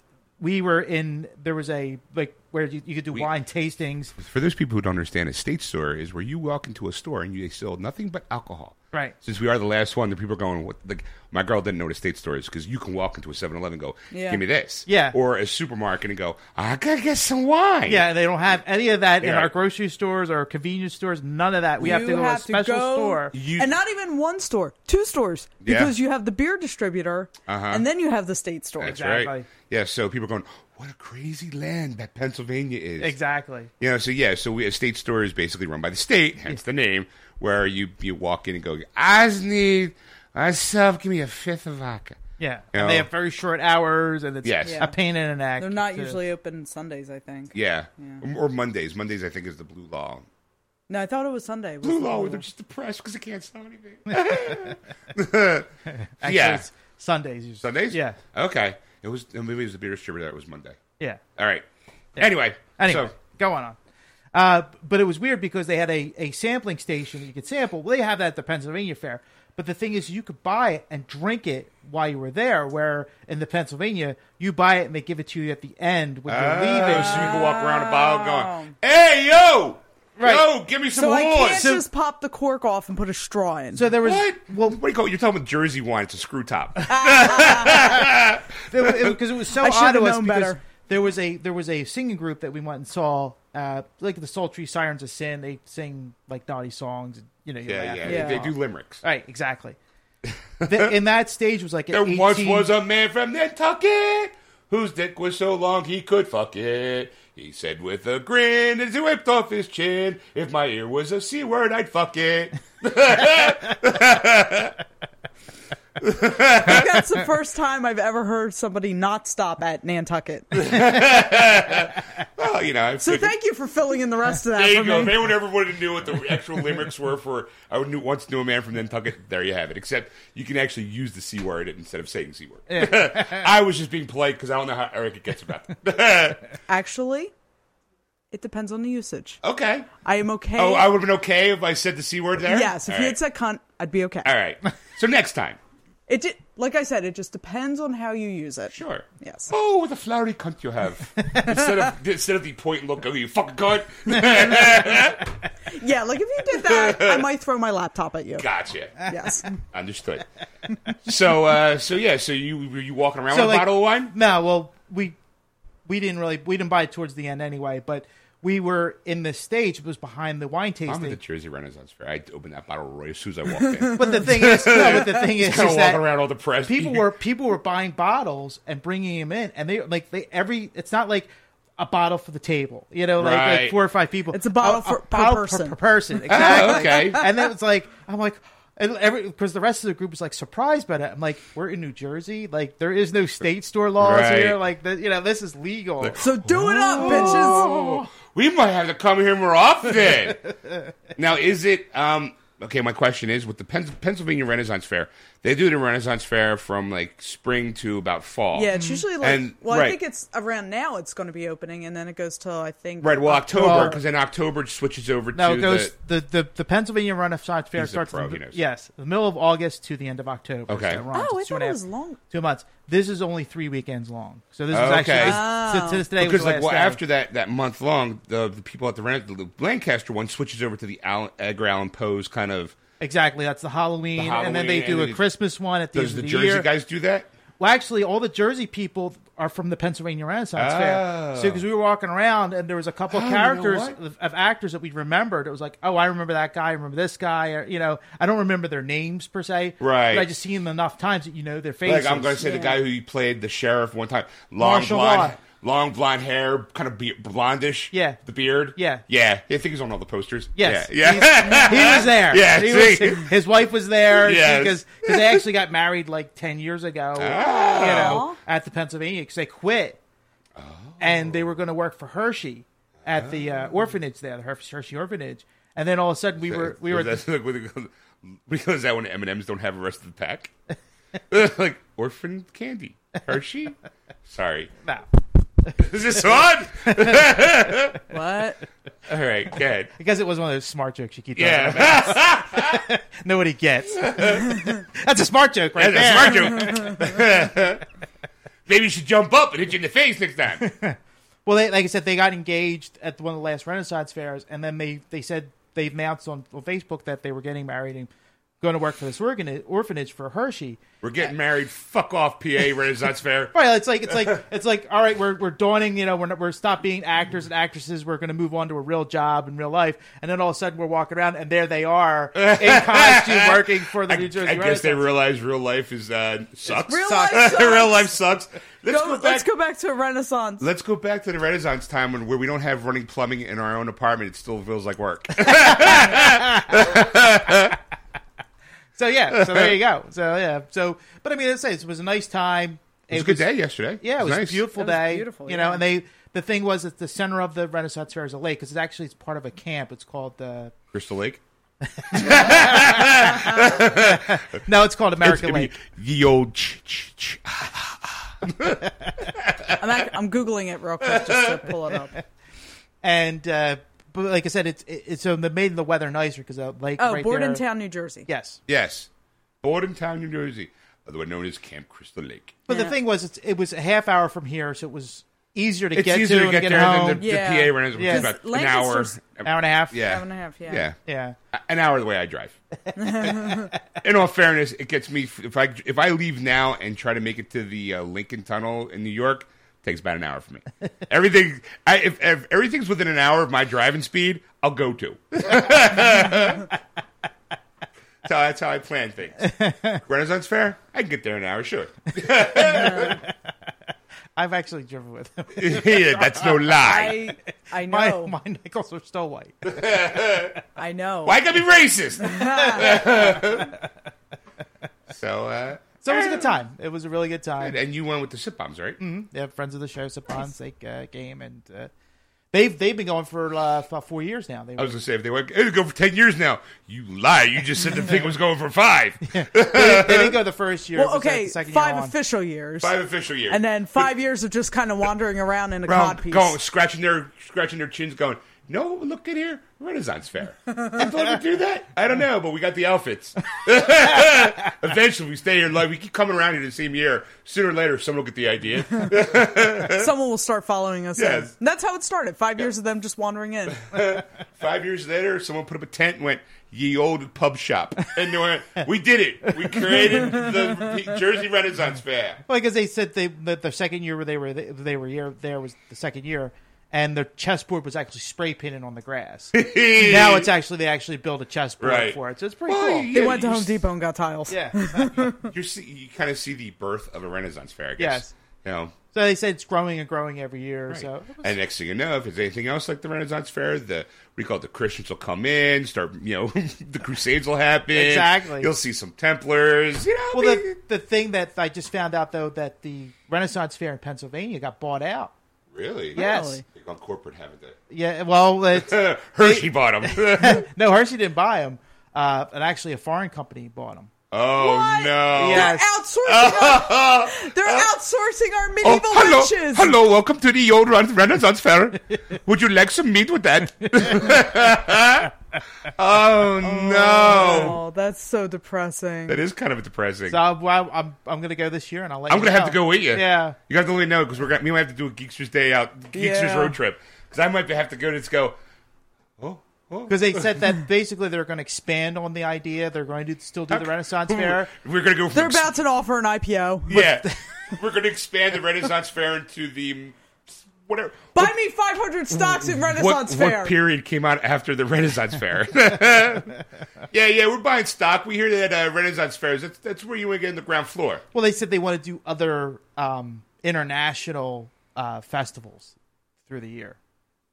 Speaker 2: we were in there was a like where you, you could do wine tastings.
Speaker 1: For those people who don't understand, a state store is where you walk into a store and you they sell nothing but alcohol.
Speaker 2: Right.
Speaker 1: Since we are the last one, the people are going. What, like my girl didn't know what a state store is because you can walk into a 7-Eleven and go,
Speaker 3: Yeah.
Speaker 1: "Give me this,"
Speaker 2: Yeah.
Speaker 1: or a supermarket and go, "I gotta get some wine."
Speaker 2: Yeah, they don't have any of that in
Speaker 1: Yeah.
Speaker 2: our grocery stores or convenience stores. None of that. We have to
Speaker 3: You
Speaker 2: go to a
Speaker 3: have to
Speaker 2: special
Speaker 3: go-
Speaker 2: store.
Speaker 1: You-
Speaker 3: and not even one store, two stores,
Speaker 1: Yeah.
Speaker 3: because you have the beer distributor, and then you have the state store.
Speaker 1: That's
Speaker 2: Exactly.
Speaker 1: right. Yeah. So people are going, "What a crazy land that Pennsylvania is."
Speaker 2: Exactly.
Speaker 1: Yeah, so yeah, so we, a state store is basically run by the state, hence the name, where you, you walk in and go, I just need myself, give me a fifth of vodka.
Speaker 2: Yeah,
Speaker 1: You
Speaker 2: and they
Speaker 1: know?
Speaker 2: have very short hours, and it's
Speaker 1: Yes.
Speaker 3: Yeah.
Speaker 2: a pain in the neck.
Speaker 3: They're not
Speaker 2: to-
Speaker 3: usually open Sundays, I think.
Speaker 1: Yeah. Or Mondays. Mondays, I think, is the blue law.
Speaker 3: No, I thought it was Sunday. was
Speaker 1: Blue
Speaker 3: the
Speaker 1: Law,
Speaker 3: other
Speaker 1: they're
Speaker 3: one.
Speaker 1: just depressed because they can't sell anything.
Speaker 2: Actually,
Speaker 1: Yeah.
Speaker 2: it's Sundays. usually.
Speaker 1: Sundays?
Speaker 2: Yeah.
Speaker 1: Okay. It was the movie was the beer distributor. That was Monday.
Speaker 2: Yeah.
Speaker 1: All right. Anyway.
Speaker 2: Anyway,
Speaker 1: So,
Speaker 2: go on. on. Uh, but it was weird because they had a, a sampling station that you could sample. Well, they have that at the Pennsylvania Fair. But the thing is, you could buy it and drink it while you were there. Where in the Pennsylvania, you buy it and they give it to you at the end when you're
Speaker 1: oh,
Speaker 2: leaving.
Speaker 1: so you can walk around a bottle going, hey, yo,
Speaker 2: Right.
Speaker 1: yo, give me some
Speaker 3: So I
Speaker 1: horns.
Speaker 3: can't just pop the cork off and put a straw in.
Speaker 2: So there was
Speaker 1: what? Well,
Speaker 2: well,
Speaker 1: what do you call it? You're talking about Jersey wine. It's a screw top.
Speaker 2: because it, was- 'cause it was so
Speaker 3: I should've
Speaker 2: odd to us
Speaker 3: known
Speaker 2: because
Speaker 3: better.
Speaker 2: there was a there was a singing group that we went and saw, uh, like the Sultry Sirens of Sin. They sing like naughty songs. And, you know, you
Speaker 1: yeah,
Speaker 2: laugh.
Speaker 1: yeah,
Speaker 3: Yeah.
Speaker 1: They do limericks.
Speaker 2: Right, exactly. the, and that stage was like
Speaker 1: There
Speaker 2: an 18,
Speaker 1: once was a man from Nantucket whose dick was so long he could fuck it. He said with a grin as he whipped off his chin, if my ear was a C word, I'd fuck it.
Speaker 3: That's the first time I've ever heard somebody not stop at Nantucket.
Speaker 1: Well, you know, I
Speaker 3: So
Speaker 1: figured-
Speaker 3: thank you for filling in the rest of that
Speaker 1: There
Speaker 3: for
Speaker 1: you go. If
Speaker 3: me.
Speaker 1: anyone ever wanted to know what the actual limericks were for, I knew, once knew a man from Nantucket. There you have it. Except you can actually use the c word instead of saying c word. I was just being polite because I don't know how Erica gets about that.
Speaker 3: Actually, it depends on the usage.
Speaker 1: Okay.
Speaker 3: I am okay.
Speaker 1: Oh, I would have been okay if I said the c word there.
Speaker 3: yes, if
Speaker 1: All
Speaker 3: you
Speaker 1: right.
Speaker 3: had said cunt, I'd be okay.
Speaker 1: All right. So next time,
Speaker 3: It did, like I said, it just depends on how you use it.
Speaker 1: sure.
Speaker 3: Yes.
Speaker 1: Oh, what a flowery cunt you have! instead of instead of the point and look, oh, you fucking cunt.
Speaker 3: Yeah, like if you did that, I might throw my laptop at you.
Speaker 1: Gotcha.
Speaker 3: Yes.
Speaker 1: Understood. So, uh, so yeah. So you were you walking around
Speaker 2: So,
Speaker 1: with
Speaker 2: like-
Speaker 1: a bottle of wine?
Speaker 2: No, well, we we didn't really we didn't buy it towards the end anyway, but we were in the stage. It was behind the wine
Speaker 1: I'm at the
Speaker 2: tasting.
Speaker 1: Jersey Renaissance Fair. I opened that bottle right as soon as I walked in.
Speaker 2: But the thing is, no, but the thing is,
Speaker 1: kind of walking
Speaker 2: is that
Speaker 1: around all depressed.
Speaker 2: people were people were buying bottles and bringing them in, and they like they every. It's not like a bottle for the table, you know, like, like
Speaker 1: Right.
Speaker 2: four or five people.
Speaker 3: It's a bottle for- per
Speaker 2: bottle
Speaker 3: person.
Speaker 2: Per, person, exactly.
Speaker 1: Oh, okay.
Speaker 2: And then it's like I'm like. And every because the rest of the group was like surprised by that. I'm like, we're in New Jersey, like there is no state store laws
Speaker 1: Right.
Speaker 2: here, like the, you know this is legal.
Speaker 3: So do it up, bitches.
Speaker 1: we might have to come here more often. now, is it um okay? My question is with the Pens- Pennsylvania Renaissance Fair, they do the Renaissance Fair from like spring to about fall. Mm-hmm.
Speaker 3: Yeah, it's usually like.
Speaker 1: And-
Speaker 3: well,
Speaker 1: right.
Speaker 3: I think it's around now. It's going to be opening, and then it goes till I think.
Speaker 1: right. Well, October
Speaker 2: Uh, Well-
Speaker 1: because then October switches over
Speaker 2: No,
Speaker 1: to
Speaker 2: it goes
Speaker 1: the.
Speaker 2: the, the, the, Pennsylvania Renaissance Fair
Speaker 1: He's a
Speaker 2: starts
Speaker 1: pro,
Speaker 2: in
Speaker 1: he
Speaker 2: the,
Speaker 1: knows.
Speaker 2: yes, the middle of August to the end of October.
Speaker 1: Okay.
Speaker 2: So runs
Speaker 3: Oh, I
Speaker 2: two
Speaker 3: thought
Speaker 2: and a
Speaker 3: it
Speaker 2: half-
Speaker 3: was long.
Speaker 2: Two months. This is only three weekends long. So this is
Speaker 1: Oh, Okay.
Speaker 2: actually so this today
Speaker 1: Because
Speaker 2: was the
Speaker 1: like
Speaker 2: last
Speaker 1: well
Speaker 2: day.
Speaker 1: after that that month long the, the people at the, Ren- the Lancaster one switches over to the Alan, Edgar Allan Poe's kind of
Speaker 2: exactly that's the Halloween,
Speaker 1: The
Speaker 2: and then they
Speaker 1: Halloween,
Speaker 2: do
Speaker 1: and
Speaker 2: a
Speaker 1: it-
Speaker 2: Christmas one at the
Speaker 1: does
Speaker 2: end
Speaker 1: the
Speaker 2: of the
Speaker 1: Jersey
Speaker 2: year.
Speaker 1: guys do that
Speaker 2: Well, actually, all the Jersey people are from the Pennsylvania Renaissance Fair. So,
Speaker 1: Oh.
Speaker 2: because we were walking around and there was a couple of
Speaker 1: Oh, you know
Speaker 2: characters
Speaker 1: what?
Speaker 2: of, of actors that we remembered. It was like, oh, I remember that guy. I remember this guy. Or, you know, I don't remember their names per se.
Speaker 1: Right.
Speaker 2: But I just seen them enough times that you know their faces.
Speaker 1: Like I'm going to say
Speaker 3: Yeah.
Speaker 1: the guy who played the sheriff one time, long
Speaker 2: Marshall
Speaker 1: blonde,
Speaker 2: Watt.
Speaker 1: long blonde hair, kind of be- blondish.
Speaker 2: Yeah.
Speaker 1: the beard.
Speaker 2: Yeah.
Speaker 1: yeah. I think he's on all the posters.
Speaker 2: Yes.
Speaker 1: yeah, yeah.
Speaker 2: He's- He was there.
Speaker 1: Yeah,
Speaker 2: He
Speaker 1: see?
Speaker 2: was- his wife was there
Speaker 1: Yes.
Speaker 2: because because they actually got married like ten years ago.
Speaker 1: Ah.
Speaker 2: You know, at the Pennsylvania because they quit, and they were going to work for Hershey at the uh, orphanage there, the Hershey, Hershey orphanage. And then all of a sudden we were we were at
Speaker 1: That's
Speaker 2: the-
Speaker 1: like when it goes- because that when M and M's don't have the rest of the pack, like orphan candy, Hershey. Sorry,
Speaker 2: no.
Speaker 1: is this on?
Speaker 3: What?
Speaker 1: All right, good.
Speaker 2: I guess it was one of those smart jokes you keep. talking about.
Speaker 1: Yeah,
Speaker 2: nobody gets. That's a smart joke, right
Speaker 1: that's
Speaker 2: there.
Speaker 1: a smart joke. Maybe you should jump up and hit you in the face next time.
Speaker 2: Well, they, like I said, they got engaged at one of the last Renaissance fairs, and then they, they said they announced on, on Facebook that they were getting married and going to work for this organ- orphanage for Hershey.
Speaker 1: We're getting married. Fuck off, PA Renaissance Fair.
Speaker 2: Right? It's like it's like it's like all right, we're we're dawning. You know, we're not, we're stop being actors and actresses. We're going to move on to a real job in real life, and then all of a sudden we're walking around, and there they are in costume working for the
Speaker 1: I,
Speaker 2: New Jersey.
Speaker 1: I guess they
Speaker 2: Renaissance.
Speaker 1: realize real life is uh, sucks.
Speaker 3: Real life sucks.
Speaker 1: real life sucks. Let's
Speaker 3: Go-
Speaker 1: go, back.
Speaker 3: let's go back to Renaissance.
Speaker 1: Let's go back to the Renaissance time when where we don't have running plumbing in our own apartment. It still feels like work.
Speaker 2: So yeah, so there you go. So yeah, so but I mean, let's say it was a nice time.
Speaker 1: It was a good day yesterday.
Speaker 2: Yeah, it was
Speaker 1: nice.
Speaker 2: a beautiful
Speaker 3: It was
Speaker 2: day.
Speaker 3: beautiful,
Speaker 2: you know,
Speaker 3: yeah.
Speaker 2: and they the thing was at the center of the Renaissance Fair is a lake because it's actually it's part of a camp. It's called the
Speaker 1: Crystal Lake.
Speaker 2: No, it's called American
Speaker 1: It's gonna
Speaker 2: Lake.
Speaker 1: be Ye old ch- ch- ch- ah,
Speaker 3: I'm, act- I'm googling it real quick just to pull it up.
Speaker 2: And uh, but like I said, it's it's so they made the weather nicer because the lake.
Speaker 3: Oh,
Speaker 2: right there-
Speaker 3: Bordentown, New Jersey.
Speaker 2: Yes,
Speaker 1: Yes. Bordentown, New Jersey. Otherwise known as Camp Crystal Lake.
Speaker 2: but the
Speaker 3: Yeah.
Speaker 2: thing was, it's, it was a half hour from here, so it was easier to
Speaker 1: It's
Speaker 2: get
Speaker 1: easier to,
Speaker 2: and
Speaker 1: get, there
Speaker 2: home.
Speaker 1: than the,
Speaker 3: Yeah.
Speaker 1: the PA runners, which
Speaker 2: Yeah.
Speaker 1: is about an hour. uh,
Speaker 3: Lancaster's-
Speaker 2: hour and a half.
Speaker 1: Yeah.
Speaker 3: Hour and a half, yeah.
Speaker 1: Yeah.
Speaker 2: yeah.
Speaker 1: A- An hour the way I drive. in all fairness, it gets me if I if I leave now and try to make it to the uh, Lincoln Tunnel in New York, it takes about an hour for me. Everything I, if, if everything's within an hour of my driving speed, I'll go to. so that's how I plan things. Renaissance Fair, I can get there in an hour, sure.
Speaker 2: I've actually driven with them.
Speaker 1: yeah, that's no lie.
Speaker 3: I I
Speaker 2: My,
Speaker 3: know.
Speaker 2: my nickels are still white.
Speaker 3: I know.
Speaker 1: Why gotta be racist? so, uh,
Speaker 2: So it was a good time. It was a really good time.
Speaker 1: and, and you went with the shit bombs, right?
Speaker 2: They have friends of the show, Sapan's like uh, game, and uh, they've they've been going for uh, about four years now. They
Speaker 1: I was gonna say if they went, it'll go for ten years now. You lie. You just said the thing was going for five,
Speaker 2: they, they didn't go the first year. it
Speaker 3: Well,
Speaker 2: was, like,
Speaker 3: okay,
Speaker 2: the second
Speaker 3: five
Speaker 2: year on.
Speaker 3: official years,
Speaker 1: five official years,
Speaker 3: and then five years of just kind of wandering around in a
Speaker 1: Well,
Speaker 3: codpiece.
Speaker 1: going scratching their scratching their chins, going, "No, look at here, Renaissance Fair." Did they ever do that? I don't know, but we got the outfits. Eventually, we stay here. Like we keep coming around here the same year. Sooner or later, someone will get the idea.
Speaker 3: Someone will start following us.
Speaker 1: Yes.
Speaker 3: in. that's how it started. Five years of them just wandering in.
Speaker 1: Five years later, someone put up a tent and went, "Ye old pub shop," and they went, "We did it. We created the Jersey Renaissance Fair."
Speaker 2: Well, because they said they that the second year where they were they were year there was the second year, and the chessboard was actually spray painted on the grass. now it's actually they actually build a chessboard
Speaker 1: Right.
Speaker 2: for it, so it's pretty
Speaker 1: Well,
Speaker 2: cool.
Speaker 1: yeah,
Speaker 3: They went to
Speaker 1: you
Speaker 3: Home
Speaker 1: s-
Speaker 3: Depot and got tiles.
Speaker 2: Yeah.
Speaker 1: you see, you kind of see the birth of a Renaissance fair, I
Speaker 2: Yes.
Speaker 1: guess. You know,
Speaker 2: so they said it's growing and growing every year. So it was-
Speaker 1: and next thing you know, if there's anything else like the Renaissance fair, the we call it the Christians will come in, start. You know, the Crusades will happen.
Speaker 2: Exactly.
Speaker 1: You'll see some Templars. You know, I
Speaker 2: well, the
Speaker 1: mean,
Speaker 2: the thing that I just found out though that the Renaissance Fair in Pennsylvania got bought out.
Speaker 1: really,
Speaker 2: Yes.
Speaker 3: Really?
Speaker 1: They've gone corporate, haven't they?
Speaker 2: Yeah, well, it's,
Speaker 1: Hershey bought 'em.
Speaker 2: no, Hershey didn't buy them. Uh, and actually, a foreign company bought them.
Speaker 1: oh
Speaker 3: What?
Speaker 1: no.
Speaker 2: Yeah.
Speaker 3: They're
Speaker 2: Yes.
Speaker 3: outsourcing. Our, they're outsourcing our
Speaker 1: Oh,
Speaker 3: medieval
Speaker 1: hello,
Speaker 3: witches.
Speaker 1: hello, welcome to the old Ren- Renaissance Fair. Would you like some meat with that? oh, no.
Speaker 3: Oh, that's so depressing.
Speaker 1: That is kind of depressing.
Speaker 2: So I'm I'm, I'm going to go this year, and I'll let
Speaker 1: I'm
Speaker 2: you
Speaker 1: gonna have
Speaker 2: know.
Speaker 1: to go with you.
Speaker 2: Yeah.
Speaker 1: you have to let me know because we're gonna we might have to do a Geekster's Day out, Geekster's
Speaker 3: Yeah.
Speaker 1: road trip because I might have to go to just go. Oh, oh.
Speaker 2: because they said that basically they're going to expand on the idea. They're going to still do the Renaissance Fair.
Speaker 1: We're gonna go. From
Speaker 3: They're about to offer an IPO.
Speaker 1: Yeah, we're gonna expand the Renaissance Fair into the whatever.
Speaker 3: Buy me 500 stocks in
Speaker 1: What,
Speaker 3: Renaissance Fair.
Speaker 1: what period came out after the Renaissance Fair? yeah, yeah, we're buying stock. We hear that uh, Renaissance fairs. That's that's where you want to get in the ground floor.
Speaker 2: Well, they said they want to do other um, international uh, festivals through the year.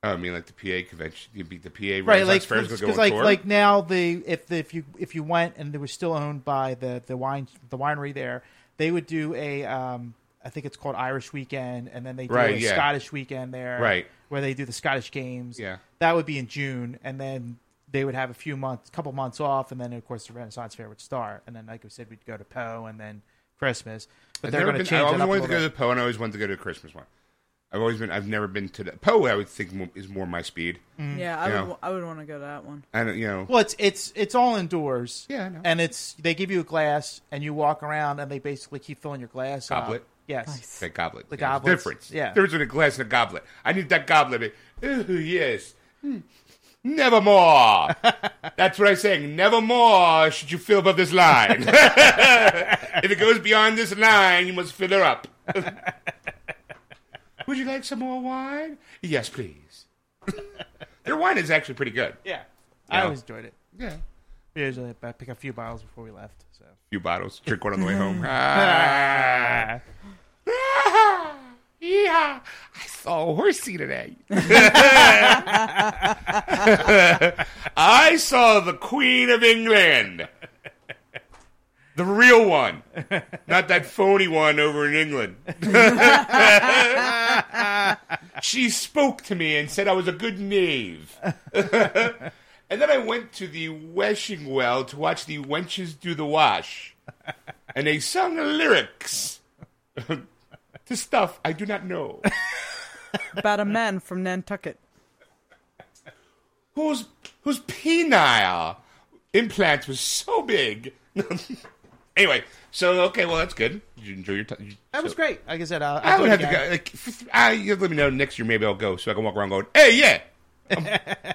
Speaker 1: Oh, I mean, like the PA convention, you'd be the PA
Speaker 2: Right,
Speaker 1: Renaissance Fair
Speaker 2: like
Speaker 1: is gonna go on
Speaker 2: like
Speaker 1: tour.
Speaker 2: like now the if the, if you if you went and they were still owned by the the wine the winery there, they would do a um, I think it's called Irish Weekend, and then they do a
Speaker 1: Right, yeah.
Speaker 2: Scottish Weekend there,
Speaker 1: Right.
Speaker 2: Where they do the Scottish Games.
Speaker 1: Yeah.
Speaker 2: that would be in June, and then they would have a few months, couple months off, and then of course the Renaissance Fair would start, and then like we said, we'd go to Poe, and then Christmas. But they're
Speaker 1: never
Speaker 2: going to
Speaker 1: been-
Speaker 2: change
Speaker 1: I always
Speaker 2: it up a
Speaker 1: wanted to
Speaker 2: little
Speaker 1: go to
Speaker 2: bit.
Speaker 1: the Poe, and I always wanted to go to the Christmas one. I've always been. I've never been to the Poe. I would think mo- is more my speed.
Speaker 2: Mm.
Speaker 3: yeah, I
Speaker 1: Yeah.
Speaker 3: would, I would want to go to that one.
Speaker 1: I don't. You know.
Speaker 2: Well, it's it's it's all indoors.
Speaker 1: Yeah, I know.
Speaker 2: And it's they give you a glass and you walk around and they basically keep filling your glass. up.
Speaker 1: Goblet.
Speaker 2: Yes.
Speaker 1: that goblet. The
Speaker 2: goblets,
Speaker 1: Difference.
Speaker 2: yeah.
Speaker 1: Difference between a glass and a goblet. I need that goblet. Ooh, yes. Hmm. Nevermore. That's what I'm saying. Nevermore should you fill above this line. if it goes beyond this line, you must fill her up. Would you like some more wine? Yes, please. Their wine is actually pretty good.
Speaker 2: Yeah. I
Speaker 1: Yeah.
Speaker 2: always enjoyed it.
Speaker 1: Yeah.
Speaker 2: We usually I pick a few bottles before we left. So
Speaker 1: few bottles, drink one on the way home. Ah. Ah. yeah, I saw a horsey today. I saw the Queen of England. The real one, not that phony one over in England. she spoke to me and said I was a good knave. And then I went to the washing well to watch the wenches do the wash. And they sung the lyrics to stuff I do not know.
Speaker 3: About a man from Nantucket.
Speaker 1: whose, whose penile implant was so big. anyway, so, okay, well, that's good. Did you enjoy your time?
Speaker 2: That was great. Like I said, I'll,
Speaker 1: I
Speaker 2: do
Speaker 1: would
Speaker 2: it
Speaker 1: have to
Speaker 2: again.
Speaker 1: go. Like, f- I, you let me know next year. Maybe I'll go so I can walk around going, "Hey, yeah, I'm,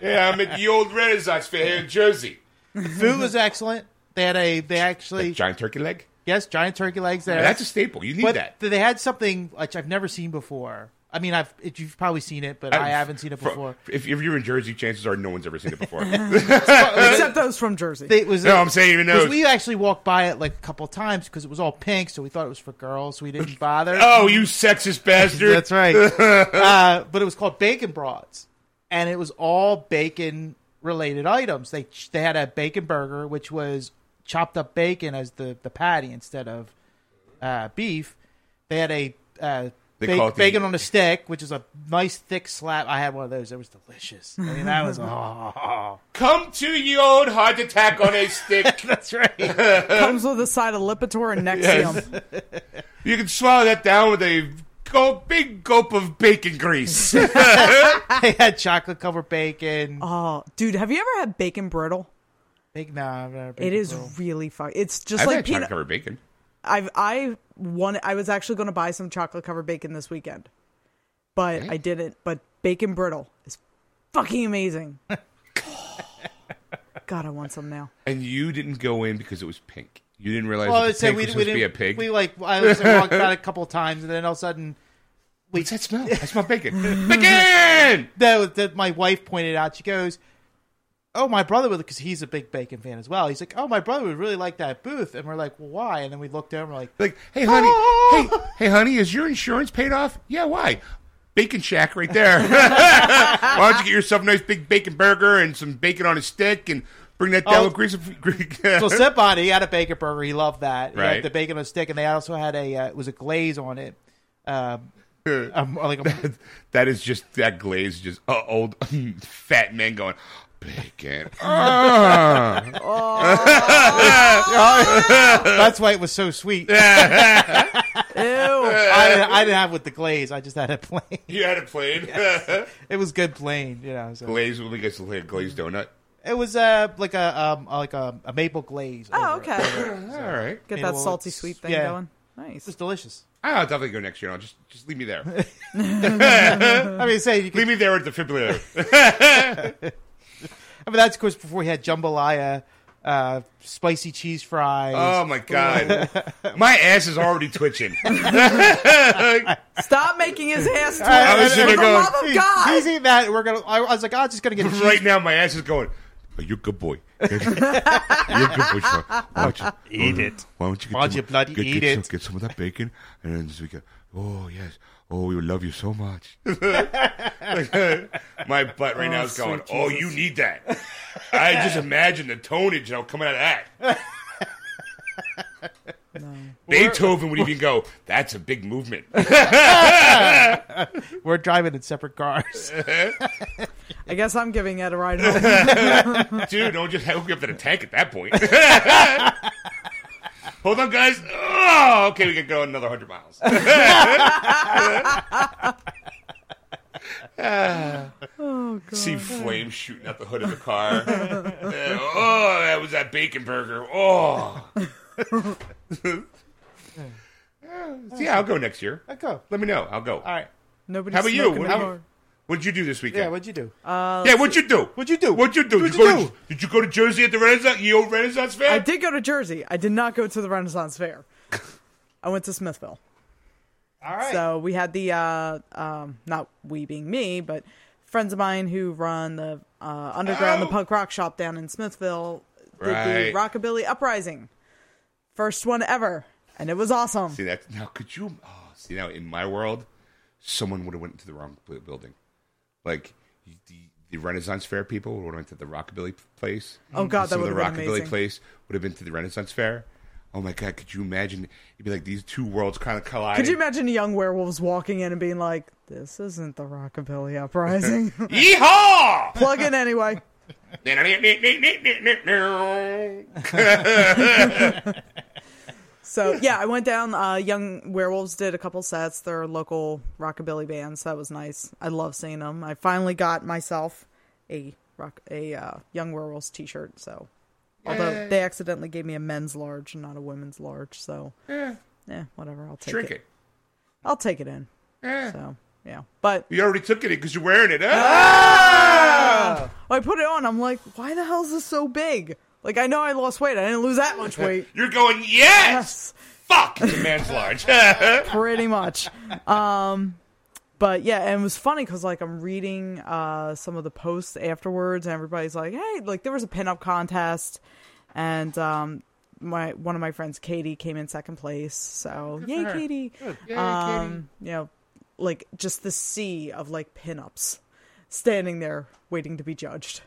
Speaker 1: yeah, I'm at the old Renaissance Fair here in Jersey."
Speaker 2: Food was excellent. They had a they actually
Speaker 1: That giant turkey leg.
Speaker 2: yes giant turkey legs there.
Speaker 1: That's a staple. You need
Speaker 2: but
Speaker 1: that.
Speaker 2: they had something which I've never seen before. I mean, I've it, you've probably seen it, but I, haven't seen it
Speaker 1: Fro-
Speaker 2: before.
Speaker 1: If, if you're in Jersey, chances are no one's ever seen it before. Uh,
Speaker 3: Except those from Jersey.
Speaker 2: They- it was
Speaker 1: no, I'm saying even
Speaker 2: because
Speaker 1: those.
Speaker 2: we actually walked by it like a couple times because it was all pink, so we thought it was for girls, so we didn't bother.
Speaker 1: Oh, you sexist bastard!
Speaker 2: That's right. uh, but it was called Bacon Broads, and it was all bacon related items. They they had a bacon burger, which was chopped up bacon as the, the patty instead of uh, beef. They had a uh,
Speaker 1: They
Speaker 2: ba-
Speaker 1: call it the-
Speaker 2: bacon on a stick, which is a nice thick slab. I had one of those. It was delicious. I mean, that was oh,
Speaker 1: Come to your old heart attack on a stick.
Speaker 2: that's right.
Speaker 3: comes with a side of Lipitor and Nexium.
Speaker 1: uh, Yes. you can swallow that down with a go- big gulp of bacon grease.
Speaker 2: they had chocolate covered bacon.
Speaker 3: Oh, dude, have you ever had bacon brittle?
Speaker 2: Bacon, nah, I've never
Speaker 3: It
Speaker 2: bacon
Speaker 3: is
Speaker 2: roll.
Speaker 3: really fun. It's just
Speaker 1: I've
Speaker 3: like
Speaker 1: had chocolate
Speaker 3: peanut.
Speaker 1: covered bacon.
Speaker 3: I've I won. I was actually going to buy some chocolate covered bacon this weekend, but I didn't. But bacon brittle is fucking amazing. God, I want some now.
Speaker 1: And you didn't go in because it was pink. You didn't realize
Speaker 2: Well,
Speaker 1: that
Speaker 2: it
Speaker 1: the
Speaker 2: said
Speaker 1: pink was
Speaker 2: we, we
Speaker 1: supposed to
Speaker 2: didn't.
Speaker 1: be a pig.
Speaker 2: We like I was walked about it a couple times, and then all of a sudden,
Speaker 1: What's that smell? I smell bacon. bacon!
Speaker 2: that, was- that my wife pointed out. She goes, "Oh, my brother would," because he's a big bacon fan as well. He's like, "Oh, my brother would really like that booth," and we're like, well, "Why?" And then we looked down, we're like,
Speaker 1: Like, hey, honey, hey, hey, honey, is your insurance paid off? Yeah, why? Bacon Shack right there. why don't you get yourself a nice big bacon burger and some bacon on a stick and bring that down
Speaker 2: Oh.
Speaker 1: with grease? and-
Speaker 2: "So Seth Body had a bacon burger. He loved that. He had
Speaker 1: Right.
Speaker 2: the bacon on a stick, and they also had a uh, it was a glaze on it, um, um, like a,
Speaker 1: that is just that glaze, is just uh, old fat men going bacon. Ah.
Speaker 2: that's why it was so sweet.
Speaker 3: Ew. Oh,
Speaker 2: I, didn't- I didn't have it with the glaze. I just had it plain.
Speaker 1: you had it plain.
Speaker 2: It was good plain, you know. So.
Speaker 1: glaze only gets a little glazed donut.
Speaker 2: It was uh like a um like a, a maple glaze.
Speaker 3: Oh,
Speaker 2: over it.
Speaker 3: okay.
Speaker 1: All right.
Speaker 3: Get
Speaker 2: Yeah,
Speaker 3: that
Speaker 2: well,
Speaker 3: salty
Speaker 2: it's-
Speaker 3: sweet thing
Speaker 2: yeah.
Speaker 3: going.
Speaker 2: It was
Speaker 3: Nice.
Speaker 2: delicious.
Speaker 1: I'll definitely go next year. I'll just just leave me there.
Speaker 2: I mean, say you could,
Speaker 1: leave me there at the defibrillator.
Speaker 2: I mean that's of course before we had jambalaya, uh, spicy cheese fries.
Speaker 1: Oh my god, my ass is already twitching.
Speaker 3: Stop making his ass twitch.
Speaker 2: I
Speaker 1: was
Speaker 3: For
Speaker 1: sitting
Speaker 3: the
Speaker 1: there
Speaker 3: love
Speaker 1: going,
Speaker 3: of
Speaker 2: He's-
Speaker 3: Oh, God.
Speaker 2: He's eating that. and We're gonna. I, I was like, oh, I'm just gonna get cheese.
Speaker 1: right now, my ass is going. Oh, you're a good boy. You're a good boy. Sean. Why don't you, eat it? Why don't you? Get
Speaker 2: Why
Speaker 1: some-
Speaker 2: don't you bloody
Speaker 1: get,
Speaker 2: eat
Speaker 1: get Some,
Speaker 2: it?
Speaker 1: get some of that bacon, and then we go. Oh yes. Oh, we love you so much. my butt right now is
Speaker 3: sweet
Speaker 1: going. Oh, you need that. I just imagine the tonnage you know, coming out of that. Beethoven would even go. That's a big movement.
Speaker 2: We're driving in separate cars.
Speaker 3: I guess I'm giving Ed a ride home.
Speaker 1: Dude, don't just hook me up to the tank at that point. Hold on, guys. Oh, okay, we can go another 100 miles. See flames shooting out the hood of the car. oh, that was that bacon burger. Oh. yeah, I'll go next year.
Speaker 2: Let's go.
Speaker 1: Let me know. I'll go.
Speaker 2: All right.
Speaker 3: Nobody's
Speaker 1: How about you?
Speaker 3: smoking
Speaker 1: What,
Speaker 3: anymore.
Speaker 1: would you do this weekend?
Speaker 2: Yeah. What'd you do?
Speaker 3: Uh,
Speaker 1: yeah, what'd you do?
Speaker 2: What'd you do?
Speaker 1: What'd you do?
Speaker 2: What'd
Speaker 1: did, you
Speaker 2: you
Speaker 1: go
Speaker 2: do?
Speaker 1: To, did you go to Jersey at the Renaissance? You old Renaissance fair?
Speaker 3: I did go to Jersey. I did not go to the Renaissance Fair. I went to Smithville.
Speaker 2: All right.
Speaker 3: So we had the uh, um, not we being me, but friends of mine who run the uh, underground
Speaker 1: Oh.
Speaker 3: the punk rock shop down in Smithville did the
Speaker 1: Right.
Speaker 3: Rockabilly Uprising, first one ever, and it was awesome.
Speaker 1: See that now? Could you? Oh, see now in my world, someone would have went to the wrong bu- building. Like the, the Renaissance Fair people would have went to the Rockabilly place.
Speaker 3: Oh, God,
Speaker 1: And
Speaker 3: that
Speaker 1: some of the
Speaker 3: would've been
Speaker 1: Rockabilly
Speaker 3: amazing.
Speaker 1: place would have been to the Renaissance Fair. Oh my God! Could you imagine? It'd be like these two worlds kind of collide.
Speaker 3: Could you imagine young werewolves walking in and being like, "This isn't the Rockabilly Uprising"?
Speaker 1: Yeehaw!
Speaker 3: Plug in anyway. So yeah, I went down. Uh, Young Werewolves did a couple sets. They're local rockabilly bands. That was nice. I love seeing them. I finally got myself a rock a uh, Young Werewolves T-shirt. So although they accidentally gave me a men's large and not a women's large, so
Speaker 1: Yeah,
Speaker 3: yeah, whatever. I'll take
Speaker 1: Drink
Speaker 3: it.
Speaker 1: it.
Speaker 3: I'll take it in.
Speaker 1: Eh.
Speaker 3: So yeah, but
Speaker 1: You already took it because you're wearing it. huh?
Speaker 3: I put it on. I'm like, why the hell is this so big? Like I know I lost weight. I didn't lose that much weight.
Speaker 1: You're going, yes!
Speaker 3: Yes.
Speaker 1: Fuck! The man's large.
Speaker 3: pretty much. Um, but yeah, and it was funny because like I'm reading uh, some of the posts afterwards, and everybody's like, "Hey, like there was a pinup contest," and um, my one of my friends, Katie, came in second place. So yay,
Speaker 1: her.
Speaker 3: Katie!
Speaker 1: Yay,
Speaker 3: um, You know, like just the sea of like pinups standing there waiting to be judged.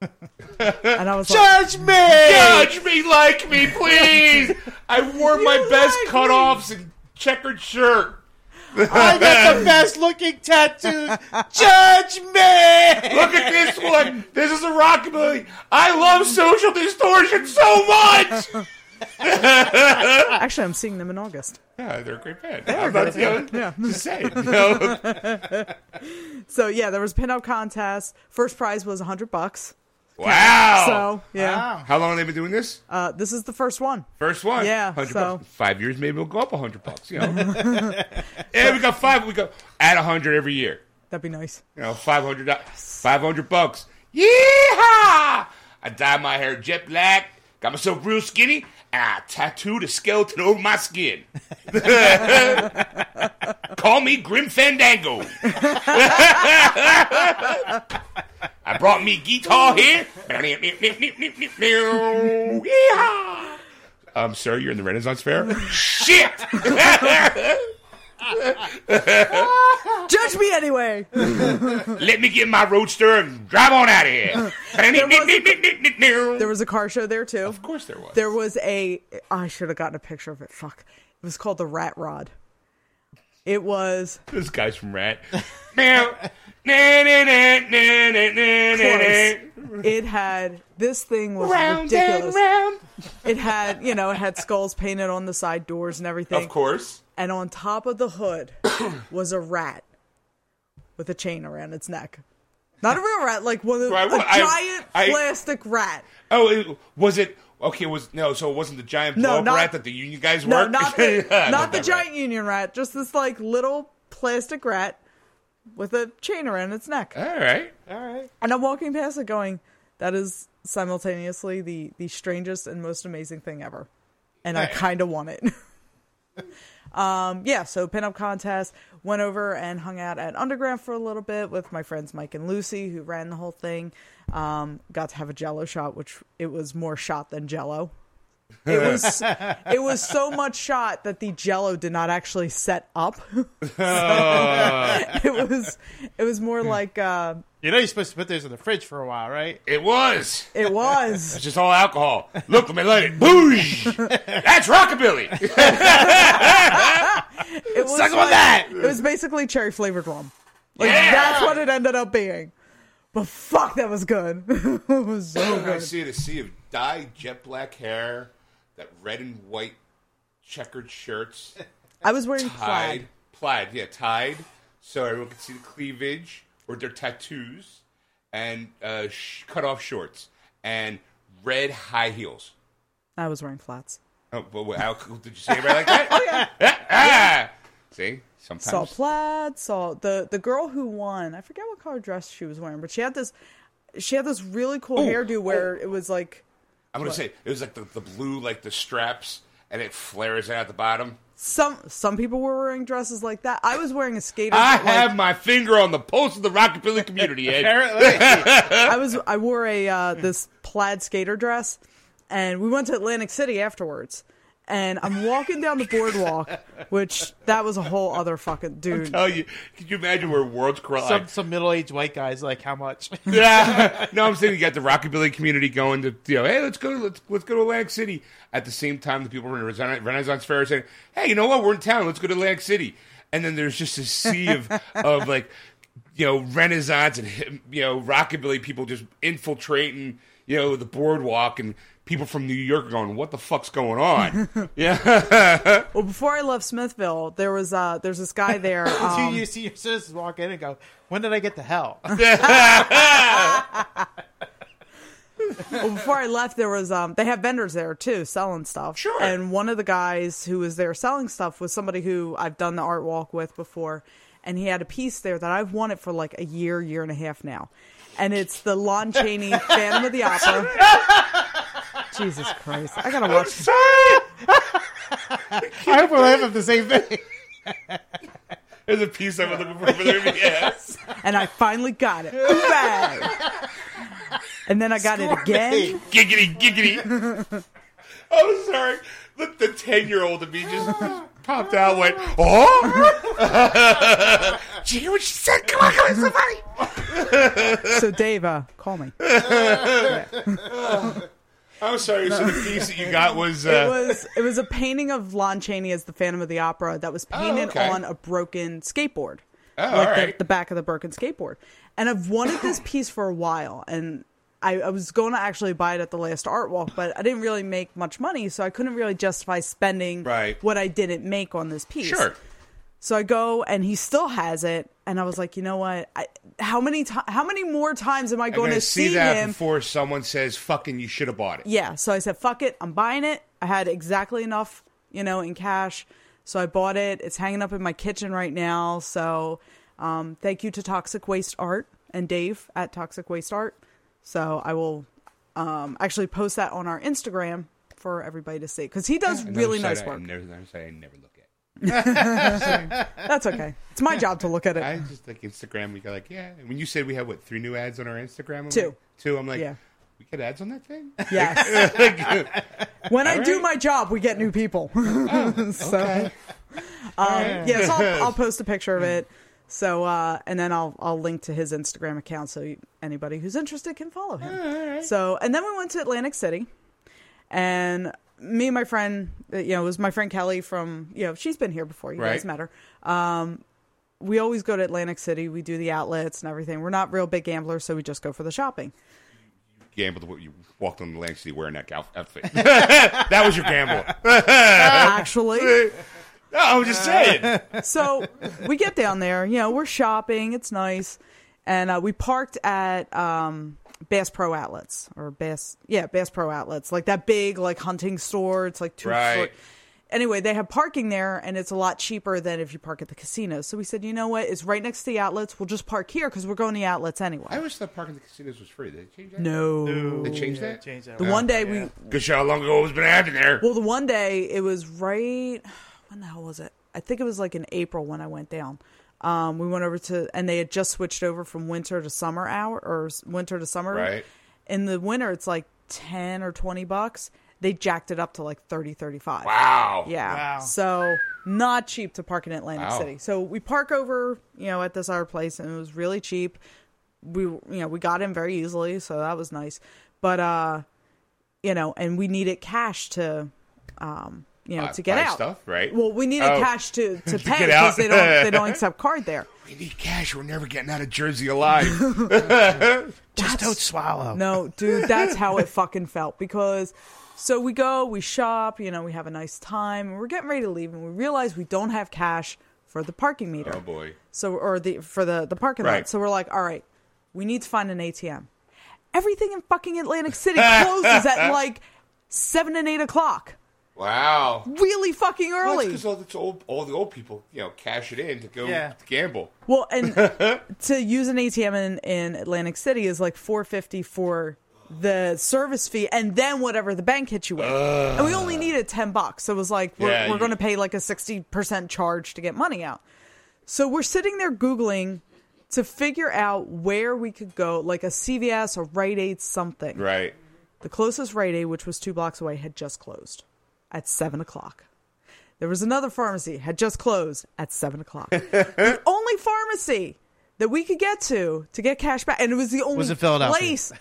Speaker 3: and I was like,
Speaker 2: Judge me.
Speaker 1: Judge me like me, please! I wore my
Speaker 3: You
Speaker 1: best
Speaker 3: like
Speaker 1: cutoffs and checkered shirt.
Speaker 2: I got the best looking tattoos. Judge me.
Speaker 1: Look at this one. This is a rockabilly. I love social distortion so much.
Speaker 3: "Actually, I'm seeing them in August."
Speaker 1: Yeah, they're a great band. I'm not, you know, Just saying. You know?
Speaker 3: So yeah, there was a pinup contest. First prize was hundred bucks.
Speaker 1: Oh, Wow.
Speaker 3: So yeah.
Speaker 2: Wow.
Speaker 1: How long have they been doing this?
Speaker 3: Uh, this is the first one.
Speaker 1: First one.
Speaker 3: Yeah,
Speaker 1: 100
Speaker 3: so-
Speaker 1: bucks. Five years, maybe we'll go up 100 bucks. You know? yeah, we got five. We go at 100 every year.
Speaker 3: That'd be nice.
Speaker 1: You know, 500, do- 500 bucks. Yeehaw! I dyed my hair jet black, got myself real skinny, and I tattooed a skeleton over my skin. Call me Grim Fandango. I brought me guitar here. Yeehaw! Um, sir, you're in the Renaissance Fair? Shit!
Speaker 3: Judge me anyway.
Speaker 1: Let me get my roadster and drive on out of here.
Speaker 3: There was a car show there too.
Speaker 1: Of course there was.
Speaker 3: There was a. I should have gotten a picture of it. Fuck. It was called the Rat Rod. It was
Speaker 1: this guy's from Rat. Meow. Na, na, na, na, na, na, na,
Speaker 3: close.
Speaker 1: na.
Speaker 3: It had this thing was
Speaker 1: Round and
Speaker 3: ridiculous.
Speaker 1: round.
Speaker 3: It had you know it had skulls painted on the side doors and everything.
Speaker 1: Of course.
Speaker 3: And on top of the hood was a rat with a chain around its neck. Not a real rat, like one of the,
Speaker 1: Right,
Speaker 3: a
Speaker 1: well, I-
Speaker 3: giant
Speaker 1: I-
Speaker 3: plastic rat.
Speaker 1: Oh, it, was it? Okay, was no. So it wasn't the giant
Speaker 3: No,
Speaker 1: blow up
Speaker 3: not-
Speaker 1: rat that the union guys
Speaker 3: No,
Speaker 1: worked.
Speaker 3: not the,
Speaker 1: Yeah,
Speaker 3: not the
Speaker 1: that
Speaker 3: giant union rat. Just this like little plastic rat with a chain around its neck.
Speaker 1: Rat. All right.
Speaker 2: All right.
Speaker 3: And I'm walking past it, going, "That is simultaneously the the strangest and most amazing thing ever." And I
Speaker 1: Hey.
Speaker 3: kind of want it. um, yeah. So pinup contest went over and hung out at Underground for a little bit with my friends Mike and Lucy, who ran the whole thing. Um, got to have a Jello shot, which it was more shot than Jello. It was it was so much shot that the jello did not actually set up. it was it was more like uh,
Speaker 2: You know you're supposed to put those in the fridge for a while, right?
Speaker 1: It was.
Speaker 3: it was.
Speaker 1: It's just all alcohol. Look, let me let it. Boosh. That's rockabilly.
Speaker 3: It was
Speaker 2: Suck on
Speaker 3: like-
Speaker 2: that!
Speaker 3: It was basically cherry flavored rum. Like
Speaker 1: Yeah!
Speaker 3: that's what it ended up being. But fuck, that was good. it was
Speaker 2: Oh,
Speaker 3: so
Speaker 1: I
Speaker 3: good.
Speaker 1: see the sea of dyed jet black hair, that red and white checkered shirts,
Speaker 3: I was wearing plaid.
Speaker 1: tied, plaid, yeah, tied, so everyone could see the cleavage or their tattoos, and uh, sh- cut off shorts and red high heels.
Speaker 3: I was wearing flats.
Speaker 1: Oh, but what, how cool did you say everybody like that? oh yeah. Ah! See, sometimes
Speaker 3: Saw plaid. Saw the the girl who won. I forget what color dress she was wearing, but she had this she had this really cool hairdo where
Speaker 2: Oh.
Speaker 3: it was like
Speaker 1: I'm gonna say it was like the, the blue, like the straps, and it flares out at the bottom.
Speaker 3: some some people were wearing dresses like that. I was wearing a skater.
Speaker 1: I
Speaker 3: like,
Speaker 1: have my finger on the pulse of the rockabilly community, Ed.
Speaker 2: Apparently.
Speaker 3: I was I wore a uh, this plaid skater dress, and we went to Atlantic City afterwards. And I'm walking down the boardwalk, which that was a whole other fucking dude.
Speaker 1: tell you. Could you imagine where worlds collide?
Speaker 2: some some middle aged white guys like how much?
Speaker 1: yeah. No, I'm saying you got the rockabilly community going to you know, hey, let's go, let's let's go to Atlantic City. At the same time, the people in Renaissance, Renaissance Fair are saying, hey, you know what? We're in town. Let's go to Atlantic City. And then there's just a sea of of like you know Renaissance and hip- you know rockabilly people just infiltrating you know the boardwalk and people from New York are going, "What the fuck's going on?" yeah,
Speaker 3: Well, before I left Smithville, there was uh, there's this guy there.
Speaker 2: So
Speaker 3: Um,
Speaker 2: you see your citizens walk in and go, "When did I get to hell?"
Speaker 3: well, before I left, there was um, they have vendors there too selling stuff.
Speaker 1: Sure.
Speaker 3: And one of the guys who was there selling stuff was somebody who I've done the art walk with before, and he had a piece there that I've wanted for like a year, year and a half now, and it's the Lon Chaney Phantom of the Opera. Jesus Christ! I gotta watch.
Speaker 2: I hope we're laughing at the same thing.
Speaker 1: there's a piece I'm looking for. for the movie. Yes,
Speaker 3: and I finally got it. Hooray! And then I got it again.
Speaker 1: giggity, giggity. oh, sorry. The, the ten-year-old of me just popped out. Went, "Oh, did you hear what she said? Come on, come on, somebody."
Speaker 3: So Dave, uh, call me.
Speaker 1: I'm sorry. So the piece that you got was, uh,
Speaker 3: It was it was a painting of Lon Chaney as the Phantom of the Opera that was painted
Speaker 1: Oh, okay.
Speaker 3: on a broken skateboard,
Speaker 1: Oh,
Speaker 3: like
Speaker 1: all
Speaker 3: the-
Speaker 1: right.
Speaker 3: the, back of the broken skateboard. And I've wanted this piece for a while, and I, I was going to actually buy it at the last art walk, but I didn't really make much money, so I couldn't really justify spending
Speaker 1: Right.
Speaker 3: what I didn't make on this piece.
Speaker 1: sure.
Speaker 3: So I go and he still has it, and I was like, you know what? I, how many ti How many more times am I
Speaker 1: I'm
Speaker 3: going
Speaker 1: gonna
Speaker 3: to
Speaker 1: see
Speaker 3: see
Speaker 1: that
Speaker 3: him?
Speaker 1: before someone says, "Fucking, you should have bought it."
Speaker 3: yeah so i said fuck it i'm buying it i had exactly enough you know in cash so i bought it it's hanging up in my kitchen right now so um, thank you to toxic waste art and dave at toxic waste art so i will um, actually post that on our instagram for everybody to see because he does
Speaker 1: Another
Speaker 3: really
Speaker 1: side
Speaker 3: nice
Speaker 1: I-
Speaker 3: work
Speaker 1: Another, another side I never look at.
Speaker 3: that's okay it's my job to look at it
Speaker 1: I just like Instagram. We go like, yeah. When you said we have what three new ads on our Instagram? I'm
Speaker 3: Two.
Speaker 1: like- two. I'm like,
Speaker 3: Yeah.
Speaker 1: we get ads on that thing.
Speaker 3: yes when i do
Speaker 1: right. Oh,
Speaker 3: my job we get new people so
Speaker 1: Okay.
Speaker 3: Um, yeah, so I'll, I'll post a picture of it. So uh, and then I'll I'll link to his Instagram account so you, anybody who's interested can follow him. So and then we went to Atlantic City, and me and my friend, uh, you know, it was my friend Kelly from you know she's been here before. You
Speaker 1: Right.
Speaker 3: guys met her. Um, we always go to Atlantic City. We do the outlets and everything. We're not real big gamblers, so we just go for the shopping.
Speaker 1: Gambled what you walked on the land city wearing that gout- outfit. that was your gamble. No,
Speaker 3: Actually,
Speaker 1: I'm just saying.
Speaker 3: so we get down there, you know, we're shopping, it's nice, and uh, we parked at um, Bass Pro Outlets or Bass, yeah, Bass Pro Outlets, like that big like hunting store. It's like two.
Speaker 1: Right.
Speaker 3: foot- Anyway, they have parking there, and it's a lot cheaper than if you park at the casino. So we said, you know what? It's right next to the outlets. We'll just park here because we're going to the outlets anyway.
Speaker 1: I always thought parking at the casinos was free. Did they change that?
Speaker 3: no.
Speaker 1: They changed that.
Speaker 2: Change that.
Speaker 3: The one day we
Speaker 1: Good show. How long ago it was been happening there?
Speaker 3: Well, the one day it was right. When the hell was it? I think it was like in April when I went down. Um, we went over to, and they had just switched over from winter to summer hour or s- winter to summer.
Speaker 1: Right.
Speaker 3: In the winter, it's like 10 or 20 bucks. They jacked it up to like 30, 35.
Speaker 1: wow.
Speaker 3: Yeah.
Speaker 2: Wow.
Speaker 3: So not cheap to park in Atlantic
Speaker 1: Wow.
Speaker 3: City. So we park over, you know, at this other place, and it was really cheap. We, you know, we got in very easily, so that was nice. But uh, you know, and we needed cash to, um, you know,
Speaker 1: Buy-
Speaker 3: to get
Speaker 1: buy
Speaker 3: out
Speaker 1: stuff, right?
Speaker 3: Well, we needed
Speaker 1: Oh.
Speaker 3: cash to to pay
Speaker 1: get
Speaker 3: because
Speaker 1: out.
Speaker 3: they don't they don't accept card there.
Speaker 1: We need cash. We're never getting out of Jersey alive.
Speaker 2: Just don't swallow.
Speaker 3: No, dude, that's how it fucking felt because so we go, we shop, you know, we have a nice time, and we're getting ready to leave, and we realize we don't have cash for the parking meter.
Speaker 1: oh boy.
Speaker 3: So or the for the the parking lot.
Speaker 1: Right.
Speaker 3: So we're like, all right, we need to find an ATM. Everything in fucking Atlantic City closes at like seven and eight o'clock.
Speaker 1: Wow.
Speaker 3: Really fucking
Speaker 1: Well,
Speaker 3: early.
Speaker 1: because all, it's old, all the old people, you know, cash it in to go
Speaker 2: Yeah.
Speaker 1: to gamble.
Speaker 3: Well, and to use an ATM in, in Atlantic City is like four fifty for the service fee, and then whatever the bank hit you with. and we only needed ten bucks, so it was like we're,
Speaker 1: Yeah,
Speaker 3: we're
Speaker 1: you-
Speaker 3: going to pay like a sixty percent charge to get money out. So we're sitting there googling to figure out where we could go, like a CVS, a Rite Aid, something.
Speaker 1: Right.
Speaker 3: The closest Rite Aid, which was two blocks away, had just closed at seven o'clock. There was another pharmacy had just closed at seven o'clock. the only pharmacy that we could get to to get cash back, and it was the only
Speaker 2: Was in Philadelphia.
Speaker 3: place.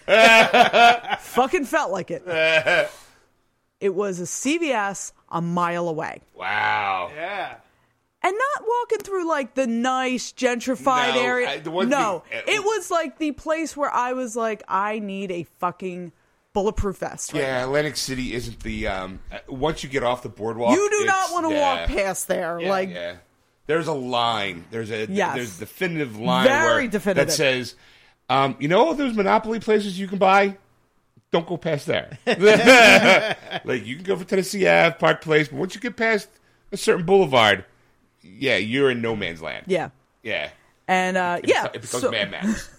Speaker 3: fucking felt like it. it was a CVS a mile away,
Speaker 1: Wow.
Speaker 2: Yeah.
Speaker 3: and not walking through like the nice gentrified
Speaker 1: No,
Speaker 3: area.
Speaker 1: I- the one
Speaker 3: no,
Speaker 1: thing- uh,
Speaker 3: it was like the place where I was like, I need a fucking bulletproof vest. Right
Speaker 1: Yeah, Atlantic City isn't the. Um, uh, once you get off the boardwalk,
Speaker 3: now. You do not
Speaker 1: it's-
Speaker 3: want to
Speaker 1: yeah.
Speaker 3: walk past there.
Speaker 1: Yeah,
Speaker 3: like,
Speaker 1: yeah. there's a line. There's a
Speaker 3: Yes.
Speaker 1: there's a definitive line
Speaker 3: Very
Speaker 1: where-
Speaker 3: definitive.
Speaker 1: that says, um, you know, all those Monopoly places you can buy. Don't go past there. like you can go for Tennessee Ave, Park Place, but once you get past a certain boulevard, yeah, you're in no man's land.
Speaker 3: yeah.
Speaker 1: yeah,
Speaker 3: And uh,
Speaker 1: It
Speaker 3: yeah,
Speaker 1: beco- it becomes
Speaker 3: so-
Speaker 1: Mad Max.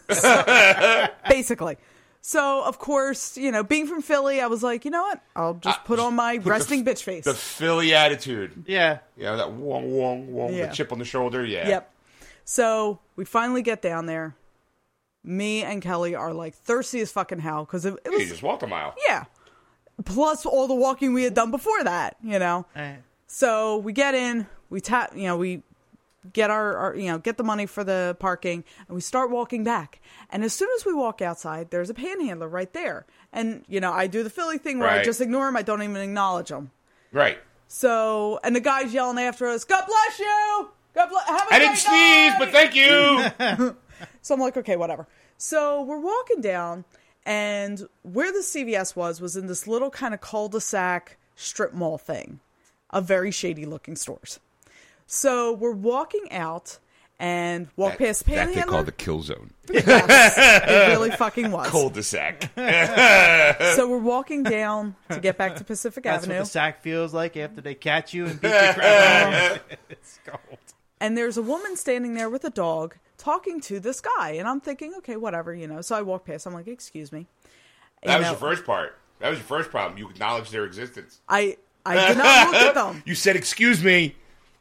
Speaker 3: basically. So of course, you know, being from Philly, I was like, you know what? I'll just
Speaker 1: Ah,
Speaker 3: put on my
Speaker 1: the-
Speaker 3: resting bitch face.
Speaker 1: The Philly attitude.
Speaker 2: Yeah.
Speaker 1: Yeah, that wong wong wong,
Speaker 3: Yeah.
Speaker 1: the chip on the shoulder. Yeah.
Speaker 3: Yep. So we finally get down there. Me and Kelly are like thirsty as fucking hell because it, it
Speaker 1: You
Speaker 3: was
Speaker 1: just walk a mile.
Speaker 3: yeah. Plus all the walking we had done before that, you know.
Speaker 2: Alright.
Speaker 3: So we get in, we tap, you know, we get our, our, you know, get the money for the parking, and we start walking back. And as soon as we walk outside, there's a panhandler right there. And you know, I do the Philly thing where I
Speaker 1: Right.
Speaker 3: just ignore him. I don't even acknowledge him.
Speaker 1: Right.
Speaker 3: So, and the guy's yelling after us, "God bless you! God bless." Have a
Speaker 1: I didn't
Speaker 3: great
Speaker 1: sneeze,
Speaker 3: night!"
Speaker 1: but thank you.
Speaker 3: So I'm like, okay, whatever. So we're walking down, and where the CVS was was in this little kind of cul-de-sac strip mall thing of very shady looking stores. So we're walking out and walk past
Speaker 1: that they call
Speaker 3: Panhandler.
Speaker 1: the kill zone.
Speaker 3: it really fucking was.
Speaker 1: Cul-de-sac.
Speaker 3: So we're walking down to get back to Pacific
Speaker 2: That's what
Speaker 3: Avenue,
Speaker 2: the sack feels like after they catch you and beat the crap out of you. It's cold.
Speaker 3: and there's a woman standing there with a dog talking to this guy, and I'm thinking, okay, whatever, you know. So I walk past. I'm like, excuse me. You
Speaker 1: That was
Speaker 3: know,
Speaker 1: your first part. That was your first problem. You acknowledged their existence.
Speaker 3: I I did not look at them.
Speaker 1: You said, "Excuse me."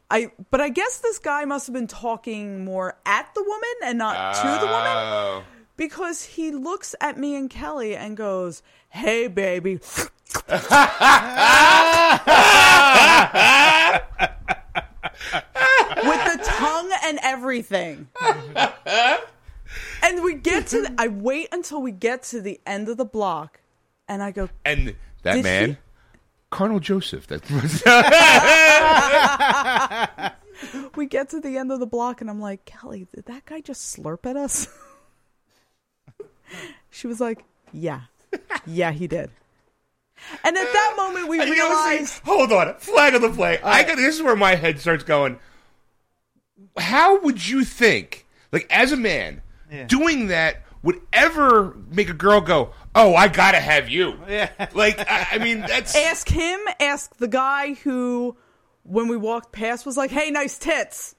Speaker 3: I but I guess this guy must have been talking more at the woman and not to the woman
Speaker 1: Oh.
Speaker 3: because he looks at me and Kelly and goes, "Hey baby." With the tongue and everything. and we get to the, I wait until we get to the end of the block and I go,
Speaker 1: and that
Speaker 3: Did
Speaker 1: man,
Speaker 3: she-
Speaker 1: Colonel Joseph. That was
Speaker 3: we get to the end of the block and I'm like, Kelly, did that guy just slurp at us? she was like, Yeah. Yeah, he did. And at that moment we
Speaker 1: You know what I'm saying? Hold
Speaker 3: realized
Speaker 1: on, flag on the play. I got this is where my head starts going. How would you think, like as a man, doing that would ever make a girl go, "Oh, I gotta have you"? Yeah. Like I, I mean, that's
Speaker 3: ask him, ask the guy who when we walked past was like, Hey, nice tits.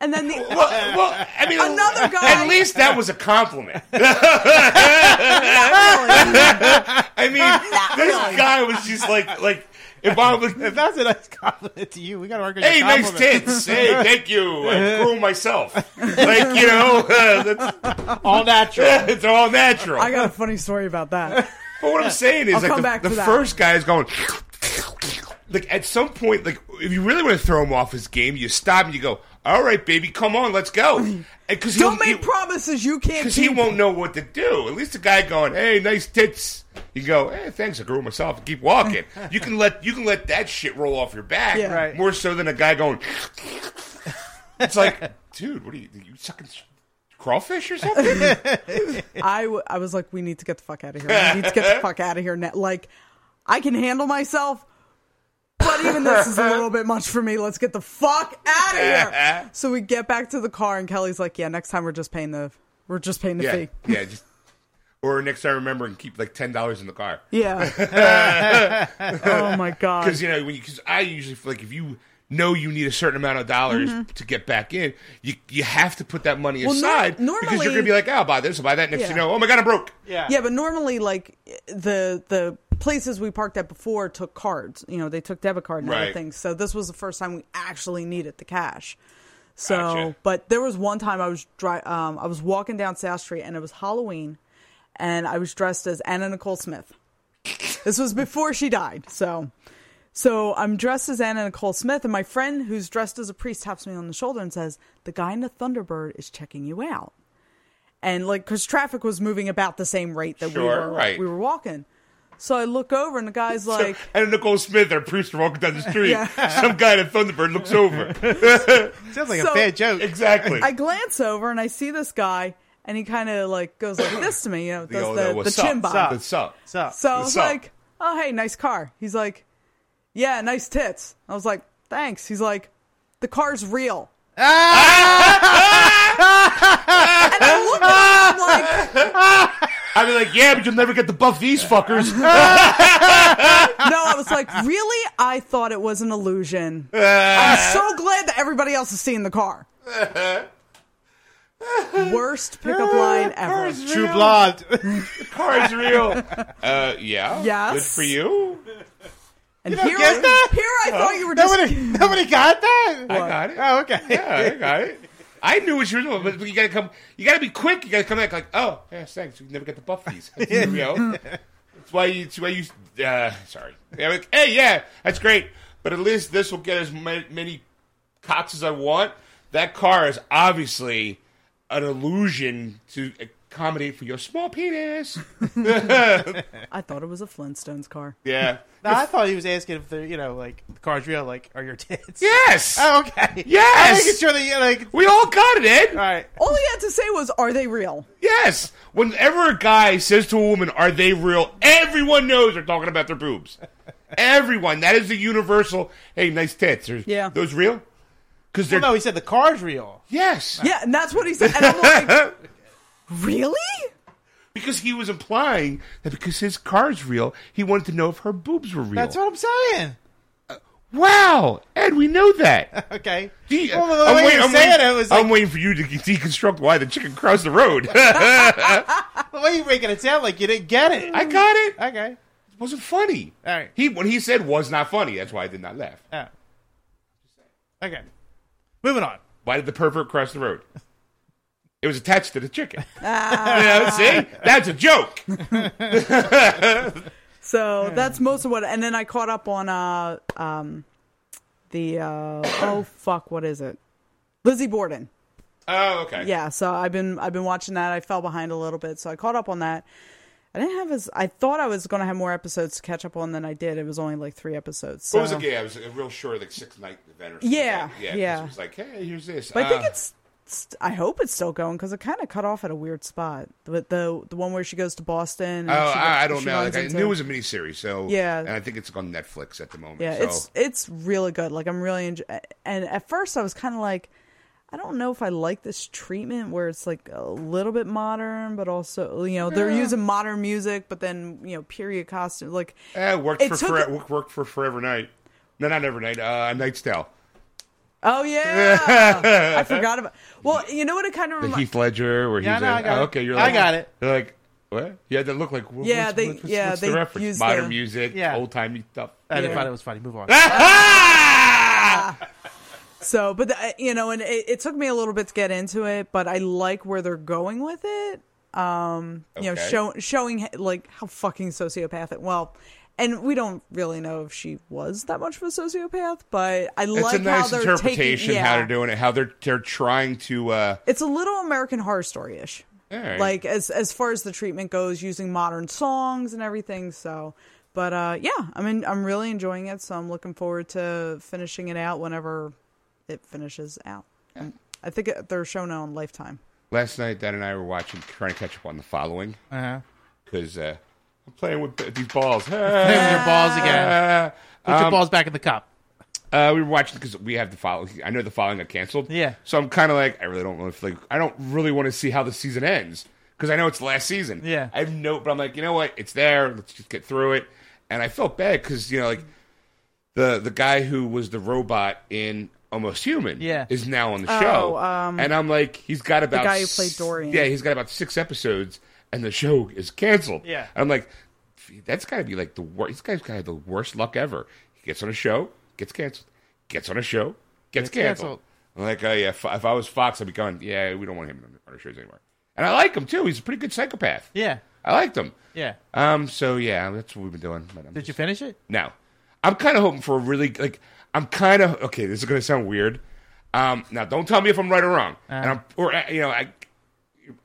Speaker 3: And then the
Speaker 1: well, well, I mean,
Speaker 3: Another guy-
Speaker 1: At least that was a compliment. I mean, this guy was just like, like if I was,
Speaker 2: If that's a nice compliment to you, we got to work on
Speaker 1: hey,
Speaker 2: your
Speaker 1: nice
Speaker 2: compliment.
Speaker 1: tits, hey, thank you. I grew myself, like you know, that's,
Speaker 2: All natural.
Speaker 1: it's all natural.
Speaker 3: I got a funny story about that.
Speaker 1: but what I'm saying is,
Speaker 3: I'll come
Speaker 1: like
Speaker 3: back
Speaker 1: the,
Speaker 3: to
Speaker 1: the
Speaker 3: that.
Speaker 1: first guy is going. Like at some point, like if you really want to throw him off his game, you stop and you go, "All right, baby, come on, let's go." Because
Speaker 3: Don't make promises you can't
Speaker 1: because he
Speaker 3: keep.
Speaker 1: won't know what to do. At least the guy going, "Hey, nice tits." You go, "Hey, thanks, I grew it myself." and Keep walking. You can let you can let that shit roll off your back
Speaker 3: Yeah.
Speaker 2: Right.
Speaker 1: more so than a guy going. it's like, dude, what are you? You sucking crawfish or something?
Speaker 3: I, w- I was like, we need to get the fuck out of here. We need to get the fuck out of here. Now. Like, I can handle myself, but even this is a little bit much for me. Let's get the fuck out of here. So we get back to the car, and Kelly's like, yeah, next time we're just paying the we're just paying the
Speaker 1: yeah,
Speaker 3: fee.
Speaker 1: yeah. Just, or next time, remember and keep like ten dollars in the car.
Speaker 3: Yeah. oh my god.
Speaker 1: because you know when because I usually feel like if you know you need a certain amount of dollars to get back in, you you have to put that money
Speaker 3: Mm-hmm. Well, nor-
Speaker 1: aside because
Speaker 3: normally-
Speaker 1: you're gonna be like, oh, I'll buy this, I'll buy that. Next,
Speaker 3: Yeah.
Speaker 1: you know, oh my god, I'm broke.
Speaker 2: Yeah.
Speaker 3: Yeah, but normally, like the the places we parked at before took cards. You know, they took debit card and
Speaker 1: Right.
Speaker 3: everything. So this was the first time we actually needed the cash. So,
Speaker 1: Gotcha.
Speaker 3: but there was one time I was dri- um, I was walking down South Street and it was Halloween, and I was dressed as Anna Nicole Smith. This was before she died, so. So I'm dressed as Anna Nicole Smith, and my friend who's dressed as a priest taps me on the shoulder and says, "The guy in the Thunderbird is checking you out." And like, because traffic was moving about the same rate that we
Speaker 1: Sure,
Speaker 3: were
Speaker 1: right.
Speaker 3: we were walking, So I look over and the guy's like,
Speaker 1: and Nicole Smith, our priest, walking down the street.
Speaker 3: Yeah.
Speaker 1: Some guy in a Thunderbird looks over.
Speaker 2: Sounds like a
Speaker 3: So-
Speaker 2: bad joke.
Speaker 1: exactly.
Speaker 3: I glance over and I see this guy, and he kind of like goes like this to me, you know,
Speaker 1: The
Speaker 3: does
Speaker 1: old,
Speaker 3: the,
Speaker 1: uh,
Speaker 3: the
Speaker 1: what's
Speaker 3: chin
Speaker 1: up?
Speaker 3: bob.
Speaker 2: Sup?
Speaker 1: What's up?
Speaker 2: What's up?
Speaker 3: So I was
Speaker 1: What's up?
Speaker 3: like, oh, hey, nice car. He's like, yeah, nice tits. I was like, thanks. He's like, the car's real. and I look at him
Speaker 1: I'd be like, yeah, but you'll never get to buff these fuckers.
Speaker 3: I'm like, no, I was like, really? I thought it was an illusion. I'm so glad that everybody else has seen the car. Worst pickup line ever.
Speaker 1: Uh, Car's
Speaker 2: True
Speaker 1: real.
Speaker 2: Blood.
Speaker 1: Car's real. Uh, yeah.
Speaker 3: Yes.
Speaker 1: Good for you.
Speaker 3: And
Speaker 2: don't
Speaker 3: here,
Speaker 2: get that?
Speaker 3: here I thought you were just
Speaker 2: nobody, nobody got that.
Speaker 1: I got it.
Speaker 2: Oh, okay.
Speaker 1: Yeah, I got it. I knew what you were doing, but you gotta come. You gotta be quick. You gotta come back like, oh, yeah, thanks. You never get the buff these. you know, that's why you. That's why you. Uh, sorry. Yeah, like, hey, yeah, that's great, but at least this will get as ma- many cocks as I want. That car is obviously an illusion to accommodate for your small penis.
Speaker 3: I thought it was a Flintstones car.
Speaker 1: Yeah.
Speaker 2: No, I thought he was asking if the you know like the car's real. Like, are your tits?
Speaker 1: yes.
Speaker 2: Oh, okay.
Speaker 1: Yes!
Speaker 2: I'm making sure that you like.
Speaker 1: We all got it, Ed.
Speaker 2: All right.
Speaker 3: All he had to say was, "Are they real?"
Speaker 1: Yes. Whenever a guy says to a woman, "Are they real?" Everyone knows they're talking about their boobs. Everyone. That is the universal. Hey, nice tits. Are
Speaker 3: Yeah.
Speaker 1: Those real? Because they're
Speaker 2: Well, no, he said the car's real.
Speaker 1: yes.
Speaker 3: Yeah, and that's what he said. And I'm like, really?
Speaker 1: Because he was implying that because his car's real, he wanted to know if her boobs were real.
Speaker 2: That's what I'm saying.
Speaker 1: wow, Ed, we know that.
Speaker 2: Okay.
Speaker 1: Do you-
Speaker 2: well, the way
Speaker 1: wait-
Speaker 2: you were saying
Speaker 1: waiting,
Speaker 2: it was like
Speaker 1: I'm waiting for you to deconstruct why the chicken crossed the road.
Speaker 2: the way you're making it sound like you didn't get it.
Speaker 1: I got it. It
Speaker 2: okay.
Speaker 1: wasn't funny.
Speaker 2: All right.
Speaker 1: He what he said was not funny. That's why I did not laugh.
Speaker 2: Oh. Okay. Moving on.
Speaker 1: Why did the pervert cross the road? It was attached to the chicken.
Speaker 3: Ah.
Speaker 1: You know, see, that's a joke.
Speaker 3: So that's most of what. And then I caught up on uh um the uh oh fuck what is it? Lizzie Borden.
Speaker 1: Oh, okay.
Speaker 3: Yeah. So I've been I've been watching that. I fell behind a little bit, so I caught up on that. I didn't have as I thought I was going to have more episodes to catch up on than I did. It was only like three episodes. So.
Speaker 1: It was like yeah, it was a real short, like six night event or something.
Speaker 3: Yeah,
Speaker 1: yeah. 'cause
Speaker 3: yeah.
Speaker 1: It was like, hey, here's this.
Speaker 3: But I think
Speaker 1: Uh,
Speaker 3: it's. st- I hope it's still going because it kind of cut off at a weird spot. But the the one where she goes to Boston. And
Speaker 1: Oh,
Speaker 3: she,
Speaker 1: I, I
Speaker 3: she
Speaker 1: don't know.
Speaker 3: runs
Speaker 1: Like, I
Speaker 3: into-
Speaker 1: knew it was a miniseries, so
Speaker 3: Yeah.
Speaker 1: and I think it's on Netflix at the moment.
Speaker 3: Yeah,
Speaker 1: so.
Speaker 3: it's it's really good. Like I'm really enjoy- and at first I was kind of like I don't know if I like this treatment where it's like a little bit modern but also you know they're using modern music but then you know period costume like
Speaker 1: Eh, it worked
Speaker 3: it
Speaker 1: for
Speaker 3: took-
Speaker 1: Fore- worked- worked for Forever Night. No, not Every Night. Uh, Night's Tale.
Speaker 3: oh yeah I forgot about well you know what it kind of
Speaker 1: The
Speaker 3: reminds
Speaker 1: Heath Ledger, where
Speaker 2: Yeah,
Speaker 1: he's
Speaker 2: no,
Speaker 1: a-
Speaker 2: I got
Speaker 1: oh,
Speaker 2: it.
Speaker 1: okay, you're
Speaker 2: I
Speaker 1: like,
Speaker 2: got it.
Speaker 1: You're like what? Yeah, they look like wh-
Speaker 3: Yeah,
Speaker 1: what's-
Speaker 3: they-
Speaker 1: what's,
Speaker 3: yeah,
Speaker 1: what's
Speaker 3: they
Speaker 1: the reference?
Speaker 3: used
Speaker 1: Modern
Speaker 3: the-
Speaker 1: music,
Speaker 2: Yeah.
Speaker 1: old timey stuff.
Speaker 2: I didn't
Speaker 3: Yeah.
Speaker 2: find it was funny. Move on.
Speaker 3: so but uh, you know and it, it took me a little bit to get into it but I like where they're going with it Um, you know
Speaker 1: Okay.
Speaker 3: show, showing like how fucking sociopathic well and we don't really know if she was that much of a sociopath but i
Speaker 1: It's
Speaker 3: like
Speaker 1: a nice
Speaker 3: how they're
Speaker 1: interpretation
Speaker 3: taking, yeah.
Speaker 1: how they're doing it, how they're they're trying to. uh
Speaker 3: it's a little american horror story-ish
Speaker 1: all right.
Speaker 3: like as as far as the treatment goes using modern songs and everything so but uh yeah i mean i'm really enjoying it so i'm looking forward to finishing it out whenever it finishes out i think it, they're shown on lifetime
Speaker 1: last night, Dad and I were watching, trying to catch up on the following
Speaker 2: Uh-huh.
Speaker 1: because uh, I'm playing with th- these balls.
Speaker 2: Play
Speaker 1: Ah.
Speaker 2: with your balls again.
Speaker 1: uh,
Speaker 2: Put your balls back in the cup.
Speaker 1: uh, we were watching because we have the following. I know the following got canceled.
Speaker 2: Yeah.
Speaker 1: so I'm kind of like, I really don't really feel like I don't really want to see how the season ends because I know it's the last season.
Speaker 2: Yeah.
Speaker 1: I have no, but I'm like, you know what? It's there. Let's just get through it. And I felt bad because you know, like the the guy who was the robot in Almost Human,
Speaker 2: Yeah.
Speaker 1: is now on the show.
Speaker 3: um,
Speaker 1: and I'm like, he's got about
Speaker 3: guy who
Speaker 1: s-
Speaker 3: played Dorian.
Speaker 1: Yeah, he's got about six episodes, and the show is canceled.
Speaker 2: Yeah.
Speaker 1: And I'm like, that's got to be like the worst. This guy's got to have the worst luck ever. He gets on a show, gets canceled. Gets on a show, gets,
Speaker 2: Gets
Speaker 1: canceled.
Speaker 2: canceled.
Speaker 1: I'm like, oh yeah, if, if I was Fox, I'd be going, yeah, we don't want him on our shows anymore. And I like him too. He's a pretty good psychopath.
Speaker 2: Yeah.
Speaker 1: I liked him.
Speaker 2: Yeah.
Speaker 1: Um. So yeah, that's what we've been doing. But I'm
Speaker 2: Did you finish it?
Speaker 1: now, I'm kind of hoping for a really like. I'm kind of okay. This is gonna sound weird. Um, now, don't tell me
Speaker 2: Uh-huh.
Speaker 1: if I'm right or wrong. and I'm, or uh, you know, I,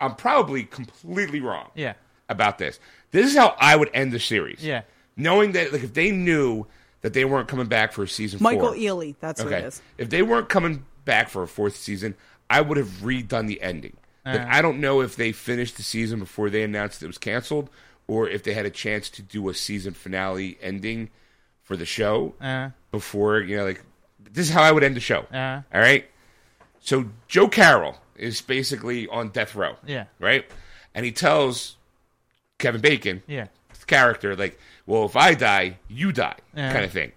Speaker 1: I'm probably completely wrong.
Speaker 2: Yeah.
Speaker 1: about this. This is how I would end the series.
Speaker 2: Yeah.
Speaker 1: Knowing that, like, if they knew that they weren't coming back for season
Speaker 3: Michael
Speaker 1: four.
Speaker 3: Ealy, that's who it
Speaker 1: Okay.
Speaker 3: is.
Speaker 1: If they weren't coming back for a fourth season, I would have redone the ending. Like, I don't know if they finished the season before they announced it was canceled or if they had a chance to do a season finale ending for the show
Speaker 2: Uh.
Speaker 1: before, you know, like, this is how I would end the show.
Speaker 2: Uh.
Speaker 1: All right. So Joe Carroll is basically on death row.
Speaker 2: Yeah.
Speaker 1: Right? And he tells Kevin Bacon,
Speaker 2: Yeah.
Speaker 1: his character, like, well, if I die, you die,
Speaker 2: Yeah.
Speaker 1: kind of thing.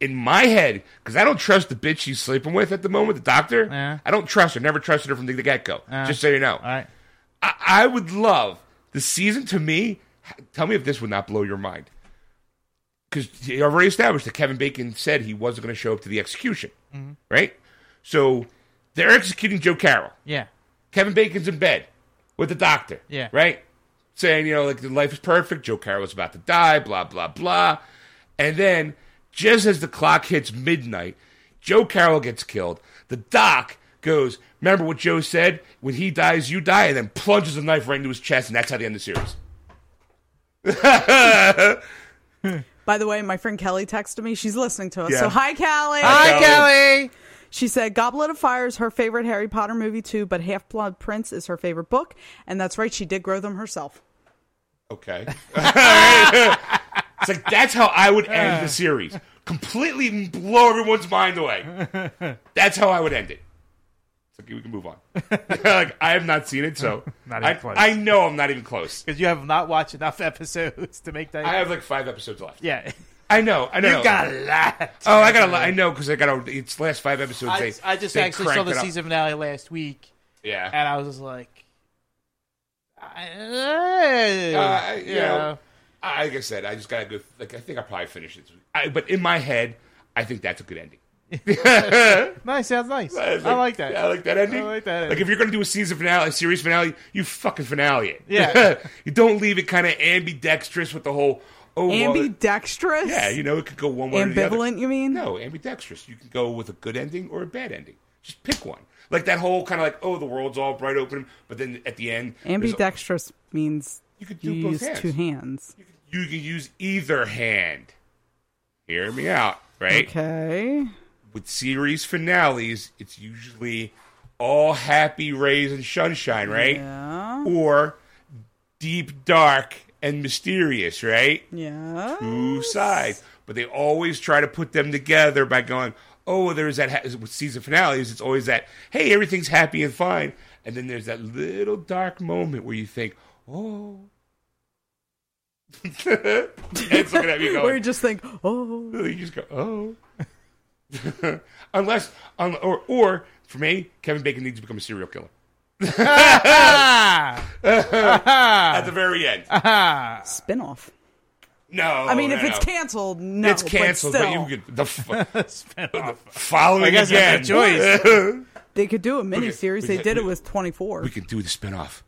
Speaker 1: In my head, because I don't trust the bitch she's sleeping with at the moment, the doctor.
Speaker 2: Yeah.
Speaker 1: I don't trust her. Never trusted her from the get go. Just so you know,
Speaker 2: Uh-huh. All right.
Speaker 1: I, I would love the season. To me, tell me if this would not blow your mind. Because you already established that Kevin Bacon said he wasn't going to show up to the execution, right? So they're executing Joe Carroll.
Speaker 2: Yeah.
Speaker 1: Kevin Bacon's in bed with the doctor.
Speaker 2: Yeah.
Speaker 1: Right? Saying, you know, like the life is perfect, Joe Carroll's about to die, blah, blah, blah. And then just as the clock hits midnight, Joe Carroll gets killed. The doc goes, Remember what Joe said? When he dies, you die, and then plunges a knife right into his chest, and that's how they end the series.
Speaker 3: By the way, my friend Kelly texted me. She's listening to us.
Speaker 1: Yeah.
Speaker 3: So hi, Kelly.
Speaker 1: Hi,
Speaker 2: Kelly.
Speaker 3: She said Goblet of Fire is her favorite Harry Potter movie too, but Half Blood Prince is her favorite book, and that's right, she did grow them herself.
Speaker 1: Okay. Alright. it's like that's how I would
Speaker 2: Uh.
Speaker 1: end the series. Completely blow everyone's mind away. That's how I would end it. It's like we can move on. like I have not seen it, so
Speaker 2: Not
Speaker 1: I,
Speaker 2: even close.
Speaker 1: I know I'm not even close.
Speaker 2: Because you have not watched enough episodes to make that.
Speaker 1: I have like five episodes left.
Speaker 2: yeah.
Speaker 1: I know. I know.
Speaker 2: You got a lot.
Speaker 1: Oh, I got a lot. I know because I got a, it's last five episodes.
Speaker 2: I,
Speaker 1: they,
Speaker 2: I just
Speaker 1: they
Speaker 2: actually saw
Speaker 1: cranked
Speaker 2: the
Speaker 1: it up.
Speaker 2: season finale last week,
Speaker 1: Yeah.
Speaker 2: and I was just like, I, eh,
Speaker 1: Uh, you
Speaker 2: you
Speaker 1: know,
Speaker 2: know.
Speaker 1: I- like I said, I just got to go. Like I think I probably finished it. I, but in my head, I think that's a good ending.
Speaker 2: nice sounds nice. I like that.
Speaker 1: I like that ending.
Speaker 2: I like that ending.
Speaker 1: Like if you're gonna do a season finale, a series finale, you fucking finale it.
Speaker 2: Yeah.
Speaker 1: you don't leave it kind of ambidextrous with the whole. Oh, well, it-
Speaker 3: Ambidextrous?
Speaker 1: yeah, you know it could go one way or the other.
Speaker 3: Ambivalent, you mean?
Speaker 1: No, ambidextrous. You can go with a good ending or a bad ending. Just pick one. Like that whole kind of like, oh, the world's all bright open, but then at the end, there's a-
Speaker 3: Ambidextrous means
Speaker 1: You could do
Speaker 3: you
Speaker 1: both
Speaker 3: use
Speaker 1: hands.
Speaker 3: two hands.
Speaker 1: you can use either hand. Hear me out, right?
Speaker 3: Okay.
Speaker 1: with series finales, it's usually all happy rays and sunshine, right? Or deep, dark, and mysterious, right?
Speaker 3: Yeah.
Speaker 1: Two sides. But they always try to put them together by going, oh, there's that. Ha-, with season finales, it's always that, hey, everything's happy and fine. And then there's that little dark moment where you think, oh. Ed's looking at me going,
Speaker 3: Where you just think, oh,
Speaker 1: you just go, oh. Unless, un- or, or for me, Kevin Bacon needs to become a serial killer
Speaker 2: Ah!
Speaker 1: at the very end.
Speaker 3: spinoff.
Speaker 1: No,
Speaker 3: I mean,
Speaker 1: no, Oh,
Speaker 3: if
Speaker 1: no.
Speaker 3: it's canceled, no.
Speaker 1: it's canceled,
Speaker 3: but,
Speaker 1: but, you
Speaker 3: still,
Speaker 1: could the f-
Speaker 2: Spinoff.
Speaker 1: following
Speaker 2: I guess I
Speaker 1: again.
Speaker 2: have a choice.
Speaker 3: they could do a miniseries.
Speaker 1: we
Speaker 3: they
Speaker 1: could-
Speaker 3: did it
Speaker 1: we-
Speaker 3: with 24.
Speaker 1: We can do the spinoff,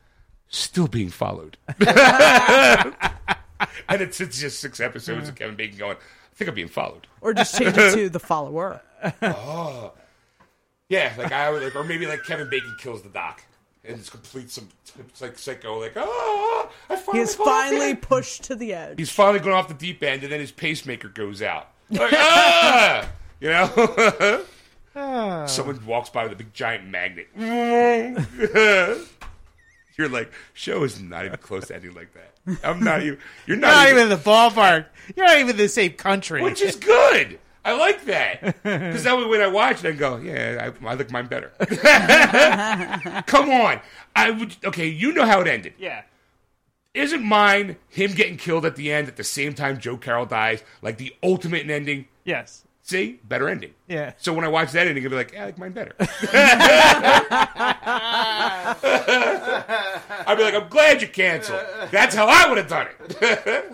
Speaker 1: still being followed, and it's, it's just six episodes of Kevin Bacon going. I think I'm being followed.
Speaker 3: or just change it to The Follower.
Speaker 1: Yeah, like I would like, or maybe like Kevin Bacon kills the doc. And it's complete some it's like psycho, like oh, I finally
Speaker 3: He is
Speaker 1: got off
Speaker 3: finally
Speaker 1: it."
Speaker 3: pushed to the edge.
Speaker 1: he's finally going off the deep end, and then his pacemaker goes out. Like, ah! You know?
Speaker 2: Ah.
Speaker 1: Someone walks by with a big giant magnet. you're like, show is not even close to ending like that. I'm not even. You're not,
Speaker 2: You're not
Speaker 1: even,
Speaker 2: even in the ballpark. You're not even in the same country.
Speaker 1: Which is good. I like that because that way when I watch it, I go, yeah, I, I like mine better. Come on, I would. Okay, you know how it ended.
Speaker 2: yeah.
Speaker 1: isn't mine him getting killed at the end at the same time Joe Carroll dies like the ultimate in ending?
Speaker 2: Yes.
Speaker 1: See, better ending.
Speaker 2: Yeah.
Speaker 1: So when I watch that ending, I'll be like, yeah, I like mine better. I'd be like, I'm glad you canceled. That's how I would have done it.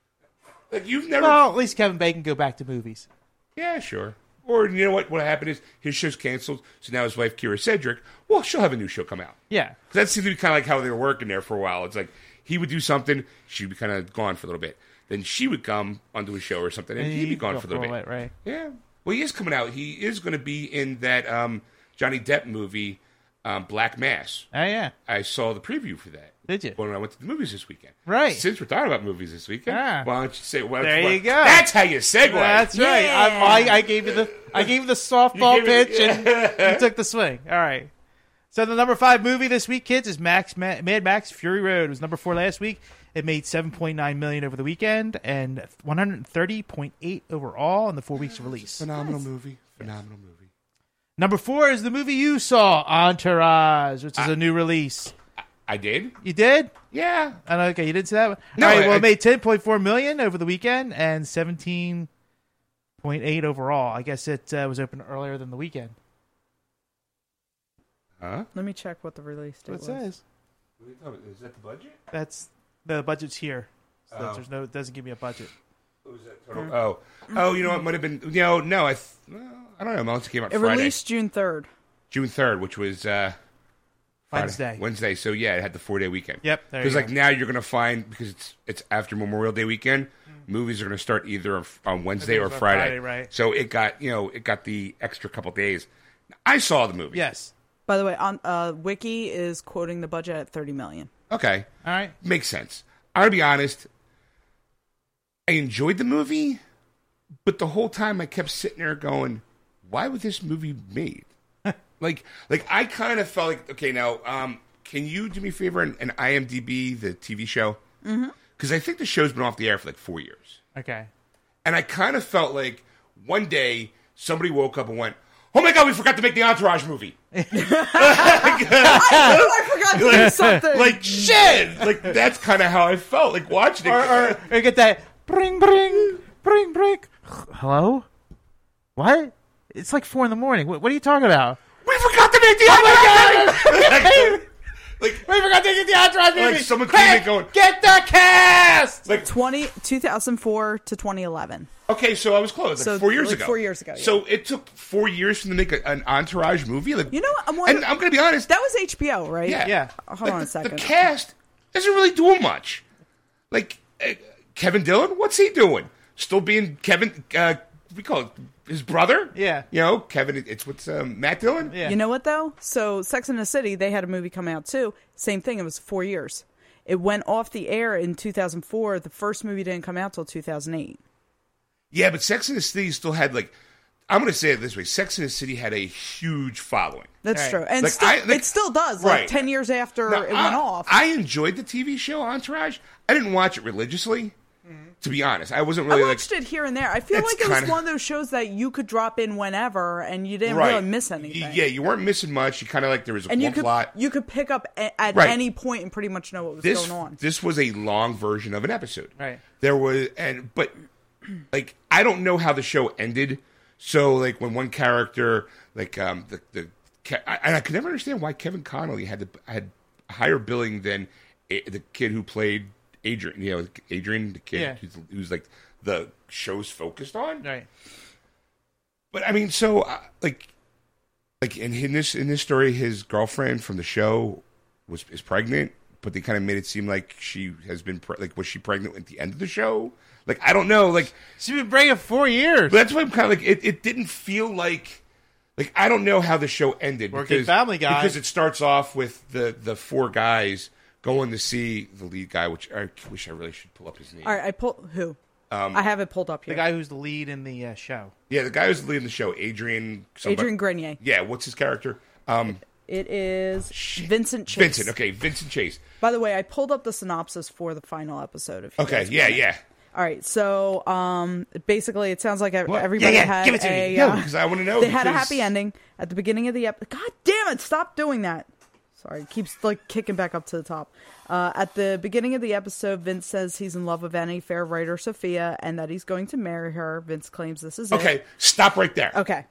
Speaker 1: like you've never,
Speaker 2: Well, at least Kevin Bacon go back to movies.
Speaker 1: yeah, sure. Or you know what? What happened is his show's canceled, so now his wife Kira Cedric. Well, she'll have a new show come out.
Speaker 2: Yeah.
Speaker 1: That seemed to be kind of like how they were working there for a while. It's like he would do something, she'd be kind of gone for a little bit. Then she would come onto a show or something, and he'd be gone for a little bit.
Speaker 2: while, Right.
Speaker 1: Yeah. Well, he is coming out. He is going to be in that um, Johnny Depp movie. um, Black Mass.
Speaker 2: Oh yeah.
Speaker 1: I saw the preview for that.
Speaker 2: Did you?
Speaker 1: When I went to the movies this weekend.
Speaker 2: Right.
Speaker 1: Since we're talking about movies this weekend,
Speaker 2: Ah.
Speaker 1: why don't you say? Well,
Speaker 2: There
Speaker 1: well,
Speaker 2: you go.
Speaker 1: That's how you segue.
Speaker 2: That's right. I, I, I gave you the I gave you the softball
Speaker 1: You gave
Speaker 2: pitch
Speaker 1: it-
Speaker 2: and you took the swing. All right. So the number five movie this week, kids, is Max Ma- Mad Max Fury Road. It was number four last week. It made seven point nine million over the weekend and one hundred thirty point eight overall in the four weeks of release.
Speaker 1: Phenomenal movie. Phenomenal movie.
Speaker 2: Number four is the movie you saw, Entourage, which is a new release.
Speaker 1: I did.
Speaker 2: You did?
Speaker 1: Yeah.
Speaker 2: I know, okay, you didn't see that one.
Speaker 1: No,
Speaker 2: All right,
Speaker 1: I-
Speaker 2: well,
Speaker 1: I-
Speaker 2: it made ten point four million over the weekend and seventeen point eight overall. I guess it uh, was open earlier than the weekend.
Speaker 1: Huh?
Speaker 3: Let me check what the release date
Speaker 2: What it
Speaker 3: was.
Speaker 2: says?
Speaker 1: Is that the budget?
Speaker 2: That's the budget's here. So
Speaker 1: Oh.
Speaker 2: there's no. It doesn't give me a budget.
Speaker 1: Oh, oh, you know what might have been? You know, no, I, th- well, I don't know. Monster came out
Speaker 3: It
Speaker 1: Friday,
Speaker 3: released June third.
Speaker 1: June third, which was uh, Friday-
Speaker 2: Wednesday.
Speaker 1: Wednesday. So yeah, it had the four day weekend.
Speaker 2: Yep, there
Speaker 1: Because
Speaker 2: you
Speaker 1: like
Speaker 2: go.
Speaker 1: now you're gonna find because it's it's after Memorial Day weekend, movies are gonna start either on- on Wednesday or
Speaker 2: Hmm. it's on
Speaker 1: Friday.
Speaker 2: Friday, right.
Speaker 1: So it got you know it got the extra couple days. I saw the movie.
Speaker 2: Yes.
Speaker 3: By the way, on uh, Wiki is quoting the budget at thirty million.
Speaker 1: Okay.
Speaker 2: All right.
Speaker 1: Makes sense. I'll be honest. I enjoyed the movie, but the whole time I kept sitting there going, "Why was this movie made?" like, like I kind of felt like, okay, now, um, can you do me a favor and, and IMDb the TV show? Because
Speaker 2: Mm-hmm.
Speaker 1: I think the show's been off the air for like four years,
Speaker 2: Okay.
Speaker 1: and I kind of felt like one day somebody woke up and went, "Oh my god, we forgot to make the Entourage movie."
Speaker 3: I forgot to do something.
Speaker 1: Like shit. like that's kind of how I felt like watching it.
Speaker 2: Or, or, or get that bring bring bring bring. Hello. What? It's like four in the morning. What, what are you talking about?
Speaker 1: We forgot to make the entourage. Oh like,
Speaker 2: We forgot to get the entourage movie.
Speaker 1: someone came in
Speaker 2: Quick,
Speaker 1: going-
Speaker 2: get the cast.
Speaker 1: like,
Speaker 3: 20, 2004 to twenty eleven.
Speaker 1: okay, so I was close. Like
Speaker 3: So,
Speaker 1: four years
Speaker 3: like,
Speaker 1: ago.
Speaker 3: four years ago, yeah.
Speaker 1: So it took four years for them to make a, an entourage movie. Like,
Speaker 3: You know what? I'm
Speaker 1: and
Speaker 3: wondering-
Speaker 1: I'm gonna be honest.
Speaker 3: That was HBO, right? Uh,
Speaker 1: yeah,
Speaker 2: Yeah.
Speaker 3: Hold
Speaker 1: Like,
Speaker 3: on a
Speaker 1: the-
Speaker 3: second.
Speaker 1: The cast isn't really doing much. Like uh, Kevin Dillon, what's he doing? Still being Kevin? Uh, we call it his brother.
Speaker 2: Yeah.
Speaker 1: You know, Kevin. It's what's um, Matt Dillon.
Speaker 2: Yeah.
Speaker 3: You know what though? So Sex in the City, they had a movie come out too. Same thing. It was four years. It went off the air in 2004. The first movie didn't come out till 2008.
Speaker 1: Yeah, but Sex and the City still had like. I'm gonna say it this way: Sex and the City had a huge following.
Speaker 3: That's
Speaker 2: Right.
Speaker 3: true, and
Speaker 1: Like,
Speaker 3: still,
Speaker 1: I- like-
Speaker 3: it still does.
Speaker 1: Right.
Speaker 3: Like ten years after
Speaker 1: Now,
Speaker 3: it
Speaker 1: I,
Speaker 3: went off,
Speaker 1: I enjoyed the TV show Entourage. I didn't watch it religiously, to be honest. I wasn't
Speaker 3: Mm-hmm. I
Speaker 1: really
Speaker 3: watched
Speaker 1: like
Speaker 3: it here and there. I feel
Speaker 1: It's
Speaker 3: like it was
Speaker 1: kinda-
Speaker 3: one of those shows that you could drop in whenever, and you didn't
Speaker 1: right.
Speaker 3: really miss
Speaker 1: Y-
Speaker 3: anything.
Speaker 1: Yeah, you weren't missing much. You kind of like there was a
Speaker 3: and you
Speaker 1: one
Speaker 3: could
Speaker 1: plot.
Speaker 3: you could pick up a- at
Speaker 1: Right.
Speaker 3: any point and pretty much know what was
Speaker 1: this
Speaker 3: going on.
Speaker 1: this was a long version of an episode.
Speaker 2: Right.
Speaker 1: There was and but like I don't know how the show ended. So like when one character like um the the ca- I, and I could never understand why Kevin Connolly had to, had higher billing than a, the kid who played Adrian. You know Adrian, the kid
Speaker 2: Yeah.
Speaker 1: who's, who's like the show's focused on.
Speaker 2: Right.
Speaker 1: But I mean, so uh, like, like in, in this in this story, his girlfriend from the show was is pregnant, but they kind of made it seem like she has been pre- like was she pregnant at the end of the show? Like I don't know. Like
Speaker 2: She's been breaking four years.
Speaker 1: but that's why I'm kind of like it. It didn't feel like like I don't know how the show ended.
Speaker 2: Working Family Guy.
Speaker 1: because it starts off with the the four guys going to see the lead guy, which I wish I really should pull up his name.
Speaker 3: All right, I pull who?
Speaker 1: Um,
Speaker 3: I have it pulled up here.
Speaker 2: the guy who's the lead in the uh, show.
Speaker 1: Yeah, the guy who's leading the show, Adrian. somebody-
Speaker 3: Adrian Grenier.
Speaker 1: Yeah, what's his character? Um,
Speaker 3: It is Vincent Chase.
Speaker 1: Oh, Vincent. Okay, Vincent Chase.
Speaker 3: By the way, I pulled up the synopsis for the final episode. If you
Speaker 1: Okay,
Speaker 3: guys
Speaker 1: yeah,
Speaker 3: want it.
Speaker 1: yeah.
Speaker 3: All right, so um, basically, it sounds like ev- everybody
Speaker 1: yeah,
Speaker 3: had
Speaker 1: give it to
Speaker 3: a
Speaker 1: me. Yeah,
Speaker 3: uh,
Speaker 1: because I wanna know,
Speaker 3: They had a
Speaker 1: because-
Speaker 3: happy ending at the beginning of the episode. God damn it! Stop doing that. Sorry, it keeps like kicking back up to the top. Uh, at the beginning of the episode, Vince says he's in love with Vanity Fair writer Sophia and that he's going to marry her. Vince claims this is it.
Speaker 1: Okay, stop right there.
Speaker 3: Okay.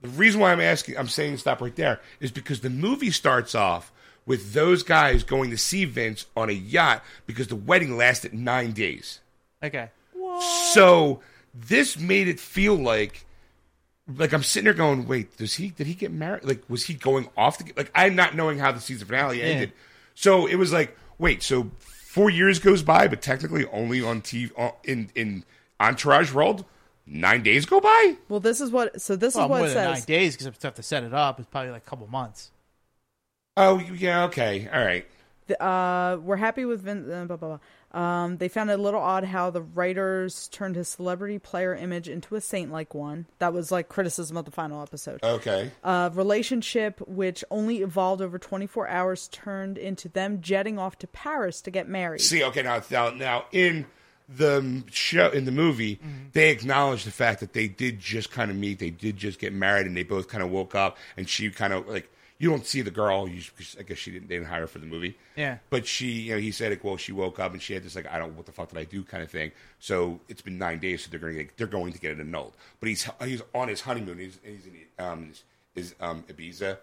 Speaker 1: The reason why I'm asking, I'm saying stop right there, is because the movie starts off with those guys going to see Vince on a yacht because the wedding lasted nine days.
Speaker 2: Okay.
Speaker 1: So this made it feel like, like I'm sitting there going, wait, does he? Did he get married? Like, was he going off? To get, like, I'm not knowing how the season finale ended. So it was like, wait, so four years goes by, but technically only on TV on- in in Entourage World, nine days go by.
Speaker 3: Well, this is what. So this
Speaker 2: Well,
Speaker 3: is what
Speaker 2: more
Speaker 3: it
Speaker 2: than
Speaker 3: says.
Speaker 2: nine days because I have to set it up. It's probably like a couple months.
Speaker 1: Oh yeah, okay, all right.
Speaker 3: The- uh, we're happy with Vin. Uh, blah, blah, blah. Um, they found it a little odd how the writers turned his celebrity player image into a saint-like one. That was like criticism of the final episode.
Speaker 1: Okay.
Speaker 3: Uh, relationship which only evolved over 24 hours turned into them jetting off to Paris to get married.
Speaker 1: See, okay, now now now in the show in the movie,
Speaker 2: Mm-hmm.
Speaker 1: they acknowledge the fact that they did just kind of meet, they did just get married, and they both kind of woke up, and she kind of like you don't see the girl, you, 'cause I guess she didn't they didn't hire her for the movie,
Speaker 2: Yeah.
Speaker 1: But she, you know, he said like, well, she woke up and she had this like, I don't, what the fuck did I do, kind of thing. So it's been nine days, so they're going to get, they're going to get it annulled. But he's he's on his honeymoon, he's he's in um is um Ibiza.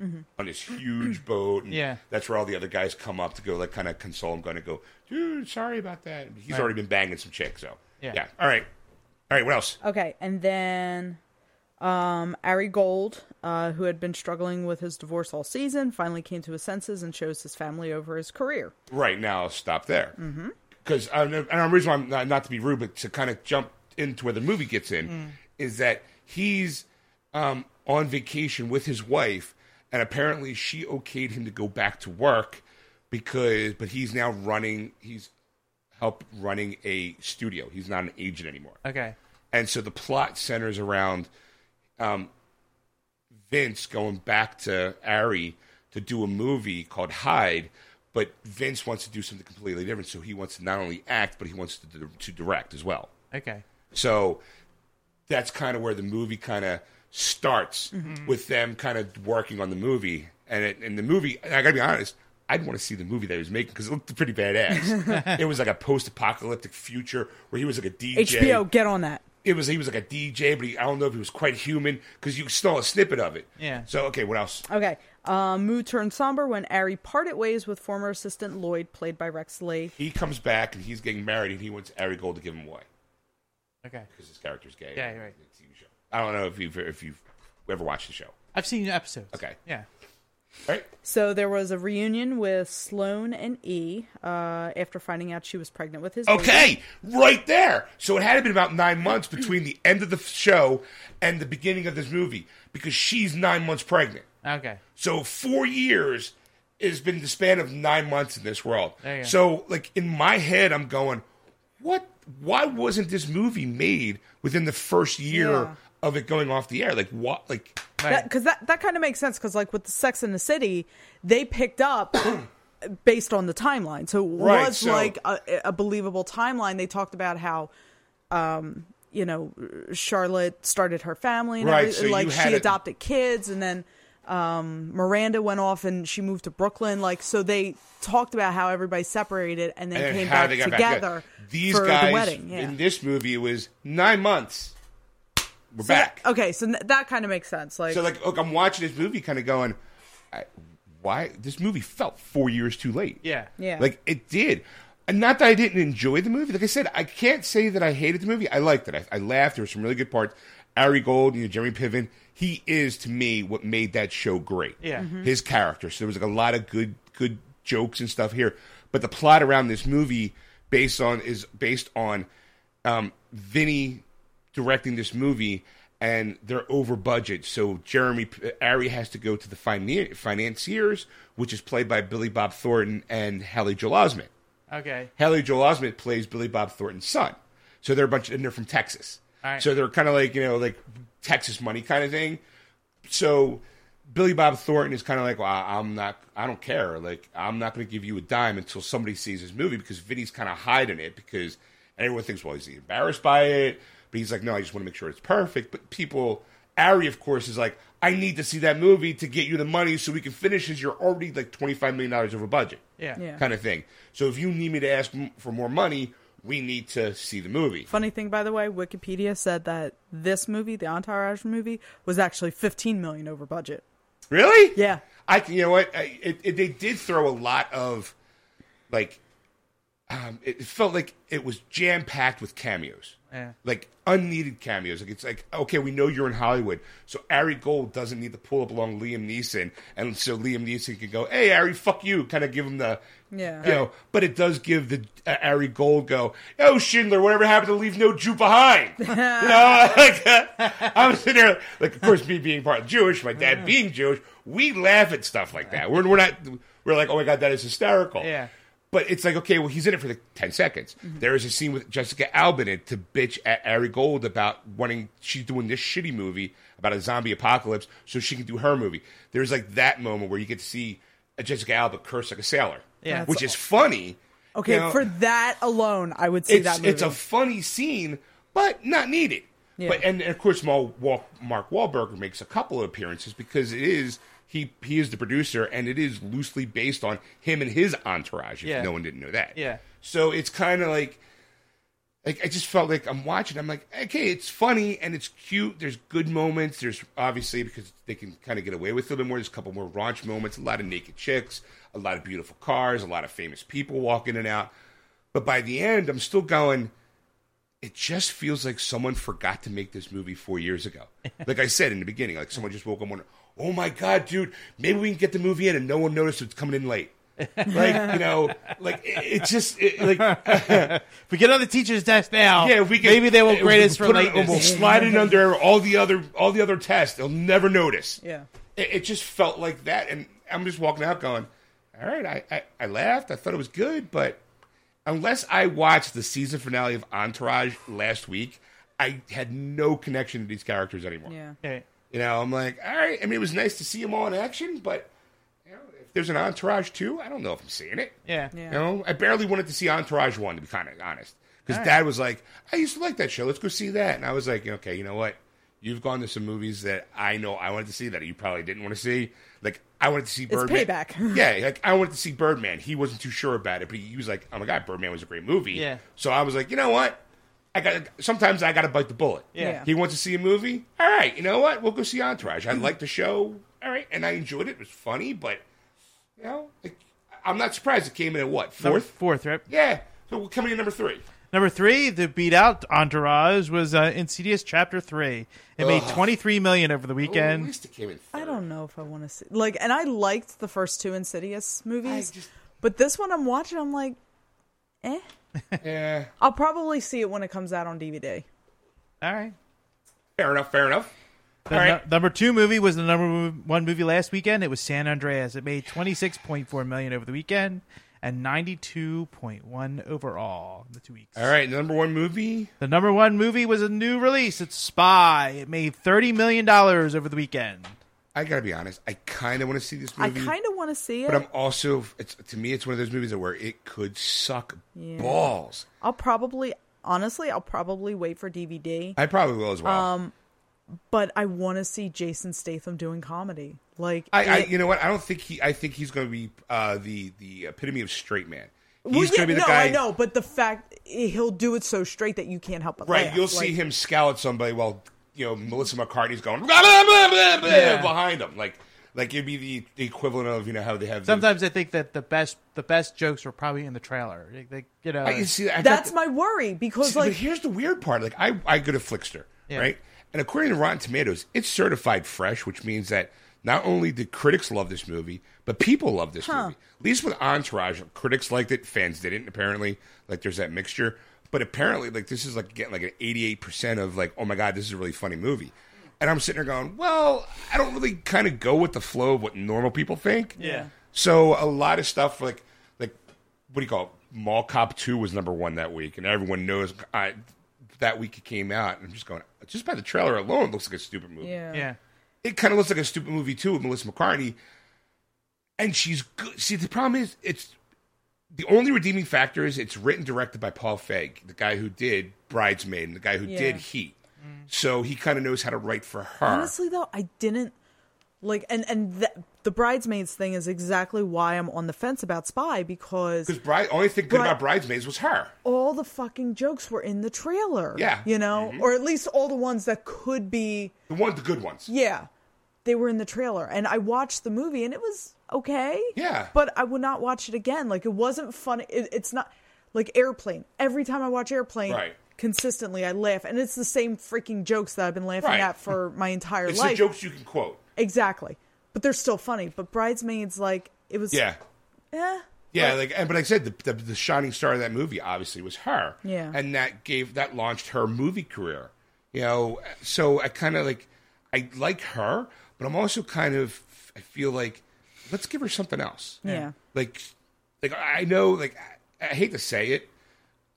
Speaker 1: On this huge boat, and
Speaker 2: Mm-hmm. Yeah.
Speaker 1: that's where all the other guys come up to go, like, kind of console him. Going to go, dude, sorry about that. He's already been banging some chicks, so
Speaker 2: Yeah.
Speaker 1: All right, all right. What else?
Speaker 3: Okay, and then um, Ari Gold, uh, who had been struggling with his divorce all season, finally came to his senses and chose his family over his career.
Speaker 1: right now I'll stop there because mm-hmm. and the reason why I'm not, not to be rude but to kind of jump into where the movie gets in is that he's um, on vacation with his wife and apparently she okayed him to go back to work because but he's now running he's help running a studio he's not an agent anymore
Speaker 2: Okay.
Speaker 1: and so the plot centers around um, Vince going back to Ari to do a movie called Hide, but Vince wants to do something completely different. So he wants to not only act, but he wants to, to direct as well.
Speaker 2: Okay.
Speaker 1: So that's kind of where the movie kind of starts with them kind of working on the movie. And it, and the movie, and I got to be honest, I'd want to see the movie that he was making because it looked pretty badass. it was like a post-apocalyptic future where he was like a DJ
Speaker 3: HBO, get on that.
Speaker 1: it was he was like a DJ, but he, I don't know if he was quite human because you saw a snippet of it.
Speaker 2: Yeah.
Speaker 1: So okay, what else?
Speaker 3: Okay. Uh, mood turned somber when Ari parted ways with former assistant Lloyd, played by Rex Lee.
Speaker 1: He comes back and he's getting married, and he wants Ari Gold to give him away
Speaker 2: Okay.
Speaker 1: because his character's gay.
Speaker 2: Yeah, right.
Speaker 1: It's a TV show. I don't know if you've if you've ever watched the show.
Speaker 2: I've seen episodes.
Speaker 1: Okay.
Speaker 2: Yeah.
Speaker 1: All right.
Speaker 3: So there was a reunion with Sloan and E uh, after finding out she was pregnant with his. baby.
Speaker 1: Okay, right there. So it had been about nine months between the end of the show and the beginning of this movie because she's nine months pregnant.
Speaker 2: Okay.
Speaker 1: So four years has been the span of nine months in this world.
Speaker 2: There you go.
Speaker 1: So like in my head, I'm going, what? Why wasn't this movie made within the first year
Speaker 3: Yeah.
Speaker 1: of it going off the air? Like what? Like
Speaker 2: Right.
Speaker 3: because that, that, kind of makes sense because like with the sex in the city they picked up based on the timeline so it
Speaker 1: Right,
Speaker 3: was
Speaker 1: so-
Speaker 3: like a, a believable timeline they talked about how um you know charlotte started her family and
Speaker 1: Right,
Speaker 3: everything.
Speaker 1: so you
Speaker 3: like
Speaker 1: had
Speaker 3: she
Speaker 1: a-
Speaker 3: adopted kids and then um miranda went off and she moved to brooklyn like so they talked about how everybody separated and then
Speaker 1: and
Speaker 3: came
Speaker 1: how
Speaker 3: back
Speaker 1: they got back
Speaker 3: together
Speaker 1: These
Speaker 3: for
Speaker 1: guys
Speaker 3: the wedding yeah.
Speaker 1: in this movie it was nine months. We're back.
Speaker 3: okay so n- that kind of makes sense like
Speaker 1: So like, look, I'm watching this movie, kind of going, I, why? This movie felt four years too late.
Speaker 2: Yeah.
Speaker 3: yeah
Speaker 1: Like it did. And not that I didn't enjoy the movie. Like I said, I can't say that I hated the movie. I liked it. I, I laughed. There were some really good parts. Ari Gold, you know, Jeremy Piven, he is to me what made that show great.
Speaker 2: Yeah.
Speaker 3: Mm-hmm.
Speaker 2: Mhm.
Speaker 1: His character. So there was like a lot of good good jokes and stuff here. But the plot around this movie based on is based on um Vinny directing this movie and they're over budget. So Jeremy Ari has to go to the finan- financiers, which is played by Billy Bob Thornton and Hallie Joel Osment.
Speaker 2: Okay.
Speaker 1: Haley Joel Osment plays Billy Bob Thornton's son. So they're a bunch, and they're from Texas.
Speaker 2: All right.
Speaker 1: So they're kind of like you know like Texas money kind of thing. So Billy Bob Thornton is kind of like, well, I- I'm not, I don't care. Like I'm not going to give you a dime until somebody sees this movie because Vinny's kind of hiding it because and everyone thinks, well, is he embarrassed by it? But he's like, no, I just want to make sure it's perfect. But people, Ari, of course, is like, I need to see that movie to get you the money so we can finish. As you're already like twenty five million dollars over budget
Speaker 2: Yeah.
Speaker 3: Yeah.
Speaker 1: kind of thing. So if you need me to ask m- for more money, we need to see the movie.
Speaker 3: Funny thing, by the way, Wikipedia said that this movie, the Entourage movie, was actually 15 million over budget.
Speaker 1: Really?
Speaker 3: Yeah.
Speaker 1: I can. You know what? I, it, it, they did throw a lot of like um, it it felt like it was jam packed with cameos,
Speaker 2: Yeah.
Speaker 1: like unneeded cameos. Like it's like, okay, we know you're in Hollywood, so Ari Gold doesn't need to pull up along Liam Neeson, and so Liam Neeson could go, "Hey, Ari, fuck you," kind of give him the,
Speaker 3: Yeah.
Speaker 1: you know. But it does give the uh, Ari Gold go, "Oh Schindler, whatever happened to leave no Jew behind?" you know, like, I was sitting there, like, of course, me being part Jewish, my dad being Jewish, we laugh at stuff like that. We're we're not, we're like, "Oh my god, that is hysterical."
Speaker 2: Yeah.
Speaker 1: But it's like, okay, well, he's in it for the 10 seconds.
Speaker 3: Mm-hmm.
Speaker 1: There is a scene with Jessica Alba in it to bitch at Ari Gold about wanting, she's doing this shitty movie about a zombie apocalypse so she can do her movie. There's like that moment where you get to see uh, Jessica Alba curse like a sailor,
Speaker 2: Yeah. That's
Speaker 1: which is funny.
Speaker 3: Okay,
Speaker 1: You know,
Speaker 3: for that alone, I would see
Speaker 1: it's,
Speaker 3: that movie.
Speaker 1: it's a funny scene, but not needed.
Speaker 3: Yeah.
Speaker 1: But and, and of course, Mal, Wal, Mark Wahlberg makes a couple of appearances because it is he he is the producer, and it is loosely based on him and his entourage. If
Speaker 2: Yeah.
Speaker 1: no one didn't know that,
Speaker 2: Yeah.
Speaker 1: So it's kind of like. Like I just felt like I'm watching. I'm like, okay, it's funny and it's cute. There's good moments. There's obviously because they can kind of get away with a little more. There's a couple more raunch moments. A lot of naked chicks. A lot of beautiful cars. A lot of famous people walk in and out. But by the end, I'm still going. It just feels like someone forgot to make this movie four years ago. Like I said in the beginning, like someone just woke up wondering, "Oh my god, dude, maybe we can get the movie in," and no one noticed it's coming in late. Like you know, like it, it just it, like
Speaker 2: If we get on the teacher's desk now,
Speaker 1: yeah, if we can,
Speaker 2: Oh, maybe they will
Speaker 1: if we
Speaker 2: grade
Speaker 1: can
Speaker 2: us for
Speaker 1: put it- We'll
Speaker 2: lateness.
Speaker 1: slide it under all the other all the other tests. They'll never notice.
Speaker 3: Yeah.
Speaker 1: it, it just felt like that, and I'm just walking out going, "All right, I, I I laughed. I thought it was good, but unless I watched the season finale of Entourage last week, I had no connection to these characters anymore.
Speaker 3: yeah.
Speaker 2: Okay.
Speaker 1: You know, I'm like, all right. I mean, it was nice to see them all in action, but you know, if there's an Entourage two, I don't know if I'm seeing it.
Speaker 2: Yeah.
Speaker 3: Yeah.
Speaker 1: You know, I barely wanted to see Entourage one to be kind of honest, because Dad was like, "I used to like that show. Let's go see that." And I was like, "Okay, you know what? You've gone to some movies that I know I wanted to see that you probably didn't want to see. Like I wanted to see Birdman.
Speaker 3: payback.
Speaker 1: yeah, like I wanted to see Birdman. He wasn't too sure about it, but he was like, "Oh my god, Birdman was a great movie."
Speaker 2: Yeah.
Speaker 1: So I was like, you know what? I got sometimes I got to bite the bullet.
Speaker 2: Yeah.
Speaker 1: He wants to see a movie. All right, you know what? We'll go see Entourage. I
Speaker 3: Mm-hmm.
Speaker 1: liked the show. All right, and I enjoyed it. It was funny, but you know, like, I'm not surprised it came in at what
Speaker 2: Number
Speaker 1: fourth.
Speaker 2: Fourth, right?
Speaker 1: Yeah. So we're coming in number three.
Speaker 2: Number three, the beat out entourage was uh, Insidious Chapter Three. It made twenty three million over the
Speaker 1: Well, at
Speaker 2: weekend.
Speaker 1: least it came in. Third.
Speaker 3: I don't know if I want to see like, and I liked the first two Insidious movies,
Speaker 1: just-
Speaker 3: but this one I'm watching, I'm like, eh.
Speaker 1: Yeah.
Speaker 3: I'll probably see it when it comes out on DVD.
Speaker 2: All right.
Speaker 1: Fair enough. Fair enough.
Speaker 2: The
Speaker 1: All
Speaker 2: nu-
Speaker 1: right.
Speaker 2: number two movie was the number mo- one movie last weekend. It was San Andreas. It made twenty six point four million over the weekend and ninety two point one overall in the two weeks.
Speaker 1: All right. Number one movie.
Speaker 2: The number one movie was a new release. It's Spy. It made thirty million dollars over the weekend.
Speaker 1: I gotta be honest. I kind of want to see this
Speaker 3: I
Speaker 1: movie.
Speaker 3: kind of want to see
Speaker 1: Mm-hmm. But I'm
Speaker 3: it.
Speaker 1: also. It's to me. It's one of those movies that where it could suck balls.
Speaker 3: I'll probably, honestly, I'll probably wait for DVD.
Speaker 1: I probably will as well.
Speaker 3: Um, But I want to see Jason Statham doing comedy. Like,
Speaker 1: I, I,
Speaker 3: it-
Speaker 1: you know what? I don't think he. I think he's going to be uh, the the epitome of straight man. He's
Speaker 3: Well,
Speaker 1: going
Speaker 3: yeah,
Speaker 1: to be the
Speaker 3: no,
Speaker 1: guy.
Speaker 3: I know, but the fact he'll do it so straight that you can't help but
Speaker 1: Right,
Speaker 3: laugh.
Speaker 1: you'll
Speaker 3: Like, Mm-hmm.
Speaker 1: see him scowl at somebody while you know Melissa McCarthy's going "Blah, blah, blah, blah, blah,"
Speaker 2: Yeah.
Speaker 1: behind him, like like it'd be the, the equivalent of you know how they have the-
Speaker 2: Sometimes I think that the best the best jokes were probably in the trailer. Like, like, you know,
Speaker 1: I, you see, I
Speaker 3: That's
Speaker 1: got-
Speaker 3: my worry because,
Speaker 1: see, but
Speaker 3: like,
Speaker 1: here's the weird part. Like I I go to Flickster,
Speaker 2: Yeah.
Speaker 1: right? And according to Rotten Tomatoes, it's certified fresh, which means that not only did critics love this movie, but people love this movie. At least with Entourage, critics liked it, fans didn't. Apparently, like there's that mixture. But apparently, like this is like getting like an 88 percent of like, oh my god, this is a really funny movie. And I'm sitting there going, well, I don't really kind of go with the flow of what normal people think.
Speaker 2: Yeah.
Speaker 1: So a lot of stuff like like what do you call it? Mall Cop Two was number one that week, and everyone knows I, that week it came out. And I'm just going just by the trailer alone, it looks like a stupid movie.
Speaker 2: yeah.
Speaker 1: It kind of looks like a stupid movie too with Melissa McCarthy, and she's good. See, the problem is it's the only redeeming factor is it's written and directed by Paul Feig, the guy who did Bridesmaid, and the guy who
Speaker 3: Yeah.
Speaker 1: did Heat. So he kind of knows how to write for her.
Speaker 3: honestly though i didn't like and and the, the bridesmaids thing is exactly why i'm on the fence about spy because
Speaker 1: because bride, only thing good
Speaker 3: But-
Speaker 1: about Bridesmaids was her.
Speaker 3: all the fucking jokes were in the trailer
Speaker 1: Yeah. Mm-hmm.
Speaker 3: you know or at least all the ones that could be
Speaker 1: The one, the good ones.
Speaker 3: yeah they were in the trailer and i watched the movie and it was okay
Speaker 1: Yeah.
Speaker 3: but i would not watch it again like it wasn't funny it, it's not Like Airplane. Every time I watch Airplane,
Speaker 1: Right.
Speaker 3: consistently I laugh, and it's the same freaking jokes that I've been laughing
Speaker 1: Right.
Speaker 3: at for my entire
Speaker 1: It's the
Speaker 3: life.
Speaker 1: jokes you can quote.
Speaker 3: Exactly. But they're still funny. But Bridesmaids, like it was,
Speaker 1: Yeah.
Speaker 3: eh,
Speaker 1: Yeah, like, and, but like I said, the, the, the shining star of that movie obviously was her.
Speaker 3: Yeah.
Speaker 1: and that gave that launched her movie career. You know, so I kind of like I like her, but I'm also kind of I feel like let's give her something else.
Speaker 3: Yeah.
Speaker 1: like like I know like I, I hate to say it,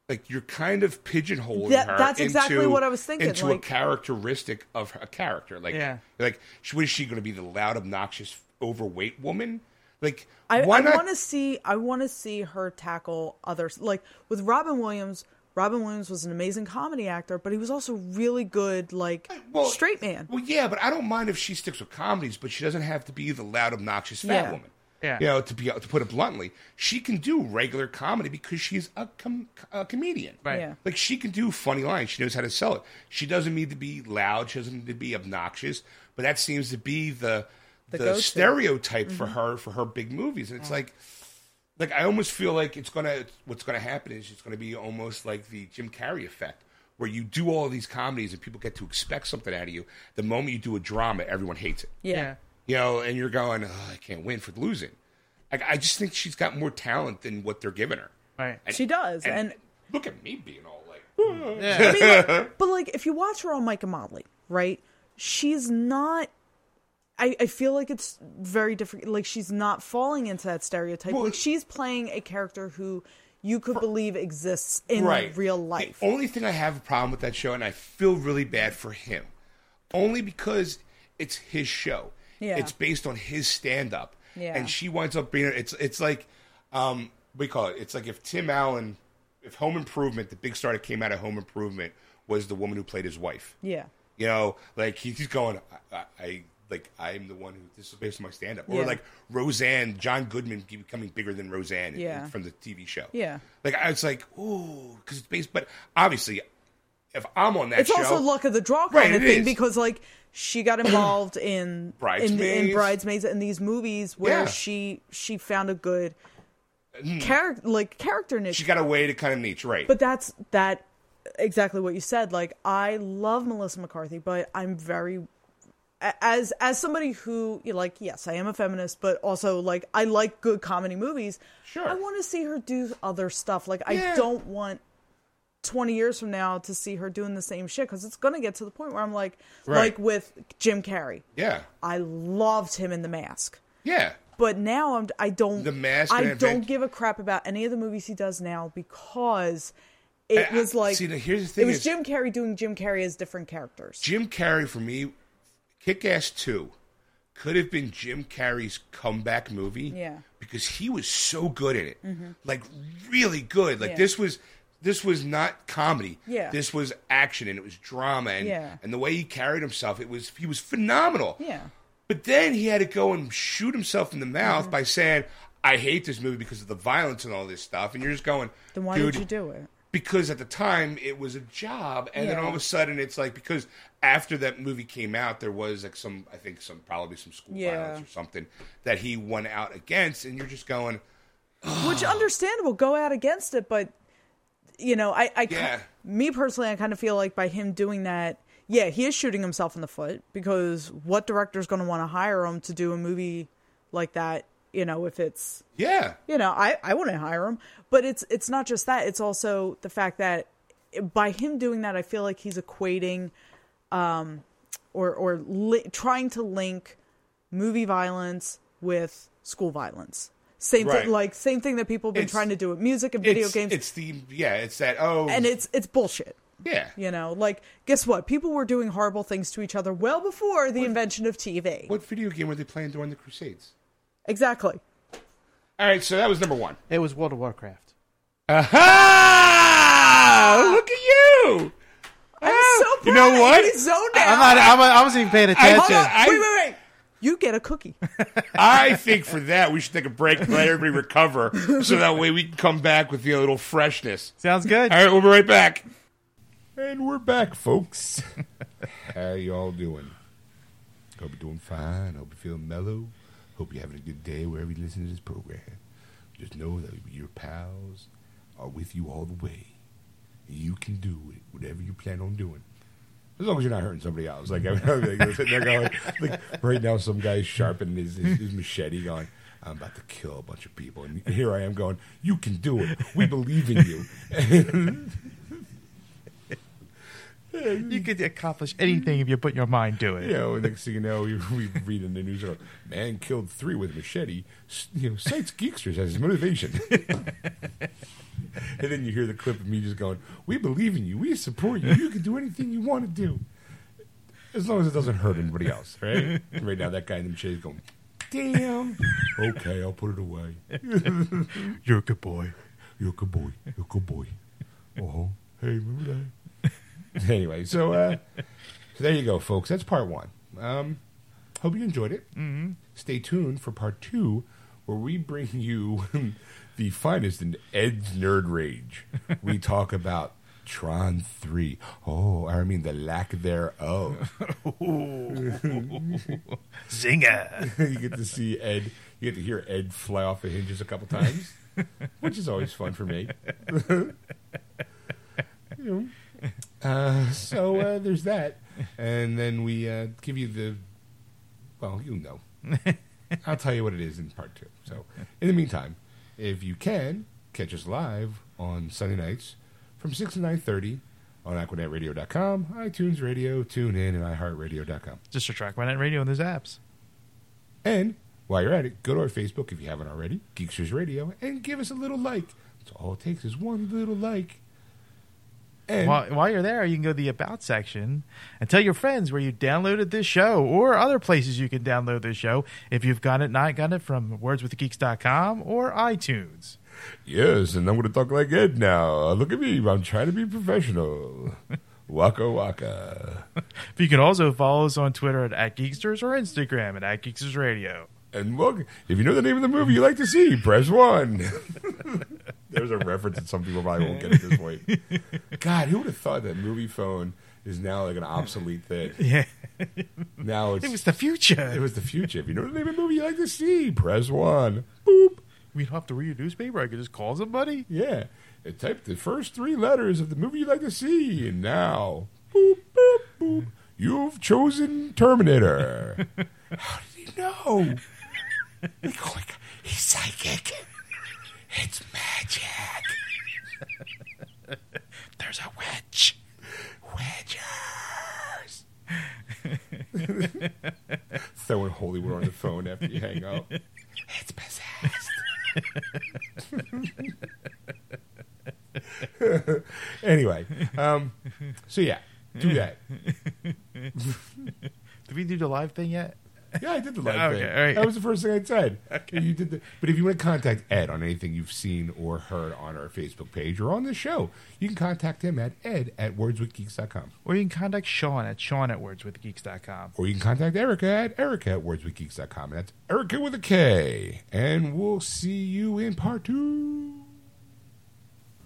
Speaker 1: like you're kind of pigeonholing
Speaker 3: That-
Speaker 1: her.
Speaker 3: that's exactly
Speaker 1: into-
Speaker 3: what I was thinking,
Speaker 1: Into a
Speaker 3: like-
Speaker 1: characteristic of her- a character, like
Speaker 2: Yeah.
Speaker 1: like she- was she going to be the loud, obnoxious, overweight woman? Like
Speaker 3: I,
Speaker 1: why
Speaker 3: I
Speaker 1: not?
Speaker 3: want to see. I want to see her tackle others. Like with Robin Williams. Robin Williams was an amazing comedy actor, but he was also really good, like straight man.
Speaker 1: Well, yeah, but I don't mind if she sticks with comedies, but she doesn't have to be the loud, obnoxious fat
Speaker 3: Yeah.
Speaker 1: woman.
Speaker 2: Yeah.
Speaker 1: You know, to be to put it bluntly, she can do regular comedy because she's a, com- a comedian.
Speaker 2: Right.
Speaker 3: Yeah.
Speaker 1: Like she can do funny lines. She knows how to sell it. She doesn't need to be loud. She doesn't need to be obnoxious. But that seems to be the the,
Speaker 3: go-to. Mm-hmm.
Speaker 1: stereotype for her for her big movies. And it's like like I almost feel like it's gonna what's gonna happen is it's gonna be almost like the Jim Carrey effect, where you do all these comedies and people get to expect something out of you. The moment you do a drama, everyone hates it.
Speaker 3: Yeah.
Speaker 1: You know, and you're going, oh, I can't win for losing. Like I just think she's got more talent than what they're giving her.
Speaker 2: Right.
Speaker 1: And-
Speaker 3: She does, and-
Speaker 1: look at me being all like,
Speaker 3: I mean, like, but like if you watch her on Mike and Motley, right? She's not. I, I feel like it's very different. Like she's not falling into that stereotype.
Speaker 1: Well,
Speaker 3: like she's playing a character who you could believe exists in real life.
Speaker 1: The only thing I have a problem with that show, and I feel really bad for him, only because it's his show.
Speaker 3: Yeah.
Speaker 1: It's based on his stand up.
Speaker 3: Yeah.
Speaker 1: And she winds up being it's it's like um what do you call it? It's like if Tim Allen if Home Improvement, the big star that came out of Home Improvement was the woman who played his wife.
Speaker 3: Yeah.
Speaker 1: You know, like he- he's going, I, I, I like I'm the one who this is based on my stand up, or
Speaker 3: Yeah.
Speaker 1: like Roseanne, John Goodman becoming bigger than Roseanne in-
Speaker 3: Yeah.
Speaker 1: from the TV show.
Speaker 3: Yeah.
Speaker 1: like I was like, ooh, because it's based, but obviously, if I'm on that
Speaker 3: It's
Speaker 1: show,
Speaker 3: also luck of the draw kind
Speaker 1: Right,
Speaker 3: of
Speaker 1: it
Speaker 3: thing
Speaker 1: is.
Speaker 3: because like she got involved in in, in
Speaker 1: Bridesmaids.
Speaker 3: bridesmaids and these movies where
Speaker 1: Yeah. Mm.
Speaker 3: she she found a good character like character niche.
Speaker 1: she got a way to kind of niche, right?
Speaker 3: But that's that exactly what you said. Like I love Melissa McCarthy, but I'm very a- as as somebody who you know, like yes, I am a feminist, but also like I like good comedy movies.
Speaker 1: Sure.
Speaker 3: I want to see her do other stuff. Like I
Speaker 1: Yeah.
Speaker 3: don't want 20 years from now to see her doing the same shit cuz it's going to get to the point where I'm like
Speaker 1: Right.
Speaker 3: like with Jim Carrey.
Speaker 1: yeah,
Speaker 3: I loved him in The Mask.
Speaker 1: yeah,
Speaker 3: But now I'm I don't
Speaker 1: The Mask
Speaker 3: I
Speaker 1: and
Speaker 3: don't
Speaker 1: Advent-
Speaker 3: give a crap about any of the movies he does now because it
Speaker 1: I-
Speaker 3: was like
Speaker 1: see, now here's the thing
Speaker 3: it was
Speaker 1: is-
Speaker 3: Jim Carrey doing Jim Carrey as different characters.
Speaker 1: Jim Carrey for me, Kick Ass Two, could have been Jim Carrey's comeback movie.
Speaker 3: Yeah. Mm-hmm.
Speaker 1: because he was so good at it, like really good. Like
Speaker 3: Yeah.
Speaker 1: this was this was not comedy.
Speaker 3: Yeah.
Speaker 1: this was action and it was drama and
Speaker 3: Yeah.
Speaker 1: and the way he carried himself, it was he was phenomenal.
Speaker 3: Yeah.
Speaker 1: But then he had to go and shoot himself in the mouth
Speaker 3: Mm-hmm.
Speaker 1: by saying, "I hate this movie because of the violence and all this stuff." And you're just going,
Speaker 3: Then why
Speaker 1: Dude,
Speaker 3: did you do it?
Speaker 1: because at the time it was a job and then
Speaker 3: Yeah.
Speaker 1: all of a sudden it's like because after that movie came out there was like some i think some probably some school
Speaker 3: Yeah.
Speaker 1: violence or something that he went out against and you're just going
Speaker 3: Which understandable, go out against it, but you know, I I ki-
Speaker 1: Yeah.
Speaker 3: me personally I kind of feel like by him doing that, yeah, he is shooting himself in the foot because what director's going to want to hire him to do a movie like that, you know, if it's
Speaker 1: yeah
Speaker 3: you know i i wouldn't hire him but it's it's not just that it's also the fact that by him doing that i feel like he's equating um or or li- trying to link movie violence with school violence same
Speaker 1: Right.
Speaker 3: thing like same thing that people have been
Speaker 1: It's-
Speaker 3: trying to do with music and video
Speaker 1: it's,
Speaker 3: games
Speaker 1: it's the yeah it's that oh
Speaker 3: and it's it's bullshit
Speaker 1: yeah
Speaker 3: you know like guess what people were doing horrible things to each other well before the invention of tv
Speaker 1: what video game were they playing during the crusades
Speaker 3: exactly
Speaker 1: all right so that was number one
Speaker 2: It was World of Warcraft.
Speaker 3: Uh-huh!
Speaker 1: aha look at you
Speaker 3: i was so
Speaker 1: Ah,
Speaker 3: proud
Speaker 1: you know
Speaker 3: of
Speaker 1: what?
Speaker 3: He's zoned
Speaker 2: I'm
Speaker 3: out.
Speaker 2: not, I'm, I wasn't even paying attention.
Speaker 1: Hold on, I-
Speaker 3: wait wait wait you get a cookie
Speaker 1: I think for that we should take a break, and let everybody recover, so that way we can come back with you know, a little freshness.
Speaker 2: Sounds good.
Speaker 1: All right, we'll be right back. And we're back, folks. How y'all doing? Hope you're doing fine. Hope you're feeling mellow. Hope you're having a good day wherever you listen to this program. Just know that we're your pals are with you all the way. You can do it, whatever you plan on doing. As long as you're not hurting somebody else. Like, I mean, I'm like, sitting there going, like, right now, some guy's sharpening his, his, his machete, going, I'm about to kill a bunch of people. And here I am going, You can do it. We believe in you.
Speaker 2: You could accomplish anything if you put your mind to it.
Speaker 1: You know, and next thing you know, we, we read in the news, uh, man killed three with machete. S- You know, cites geeksters as his motivation. and then you hear the clip of me just going, "We believe in you. We support you. You can do anything you want to do, as long as it doesn't hurt anybody else." Right? right now, that guy in the machete is going, "Damn. okay, I'll put it away.
Speaker 2: You're a good boy.
Speaker 1: You're a good boy. You're a good boy. Oh, hey, remember that?" anyway, so uh, so there you go, folks. That's part one. Um, hope you enjoyed it. Mm-hmm. Stay tuned for part two, where we bring you the finest in Ed's nerd rage. we talk about Tron Three. Oh, I mean the lack thereof.
Speaker 2: Zinger.
Speaker 1: you get to see Ed. You get to hear Ed fly off the hinges a couple times, which is always fun for me. You know. uh, so uh, there's that, and then we uh, give you the. Well, you know, I'll tell you what it is in part two. So in the meantime, if you can catch us live on Sunday nights from six to nine thirty. On AquanetRadio.com, iTunes Radio, TuneIn, and iHeartRadio.com.
Speaker 2: Just track my net radio and those apps.
Speaker 1: And while you're at it, go to our Facebook if you haven't already, Geeksters Radio, and give us a little like. That's all it takes is one little like. And
Speaker 2: While, while you're there, you can go to the About section and tell your friends where you downloaded this show or other places you can download this show if you've got it, not got it from wordswiththegeeks.com or iTunes.
Speaker 1: yes, and I'm going to talk like Ed now. Uh, Look at me, I'm trying to be professional. waka waka.
Speaker 2: But you can also follow us on Twitter at, at Geeksters or Instagram at, at Geeksters Radio.
Speaker 1: And look, if you know the name of the movie you like to see, press one. There's a reference that some people probably won't get at this point. God, who would have thought that movie phone is now like an obsolete thing?
Speaker 2: Yeah.
Speaker 1: Now it's
Speaker 2: It was the future.
Speaker 1: It was the future. If you know the name of the movie you like to see, press one. Boop.
Speaker 2: we don't have to read a newspaper. I could just call somebody.
Speaker 1: Yeah. And type the first three letters of the movie you like to see, and now, boop, boop, boop. You've chosen Terminator. How did he know? Like, oh my God, he's psychic. It's magic.
Speaker 2: There's a witch.
Speaker 1: Witchers. Throwing Hollywood on the phone after you hang up. It's possessed. anyway, um, so yeah, do that.
Speaker 2: Did we do the live thing yet?
Speaker 1: Yeah, I did the live
Speaker 2: Okay,
Speaker 1: thing.
Speaker 2: all right.
Speaker 1: That was the first thing I said. You did the, but if you want to contact Ed on anything you've seen or heard on our Facebook page or on this show, you can contact him at ed at wordswithgeeks.com.
Speaker 2: Or you can contact Sean at Sean at wordswithgeeks.com.
Speaker 1: Or you can contact Erica at Erica at wordswithgeeks.com. That's Erica with a K. And we'll see you in part two.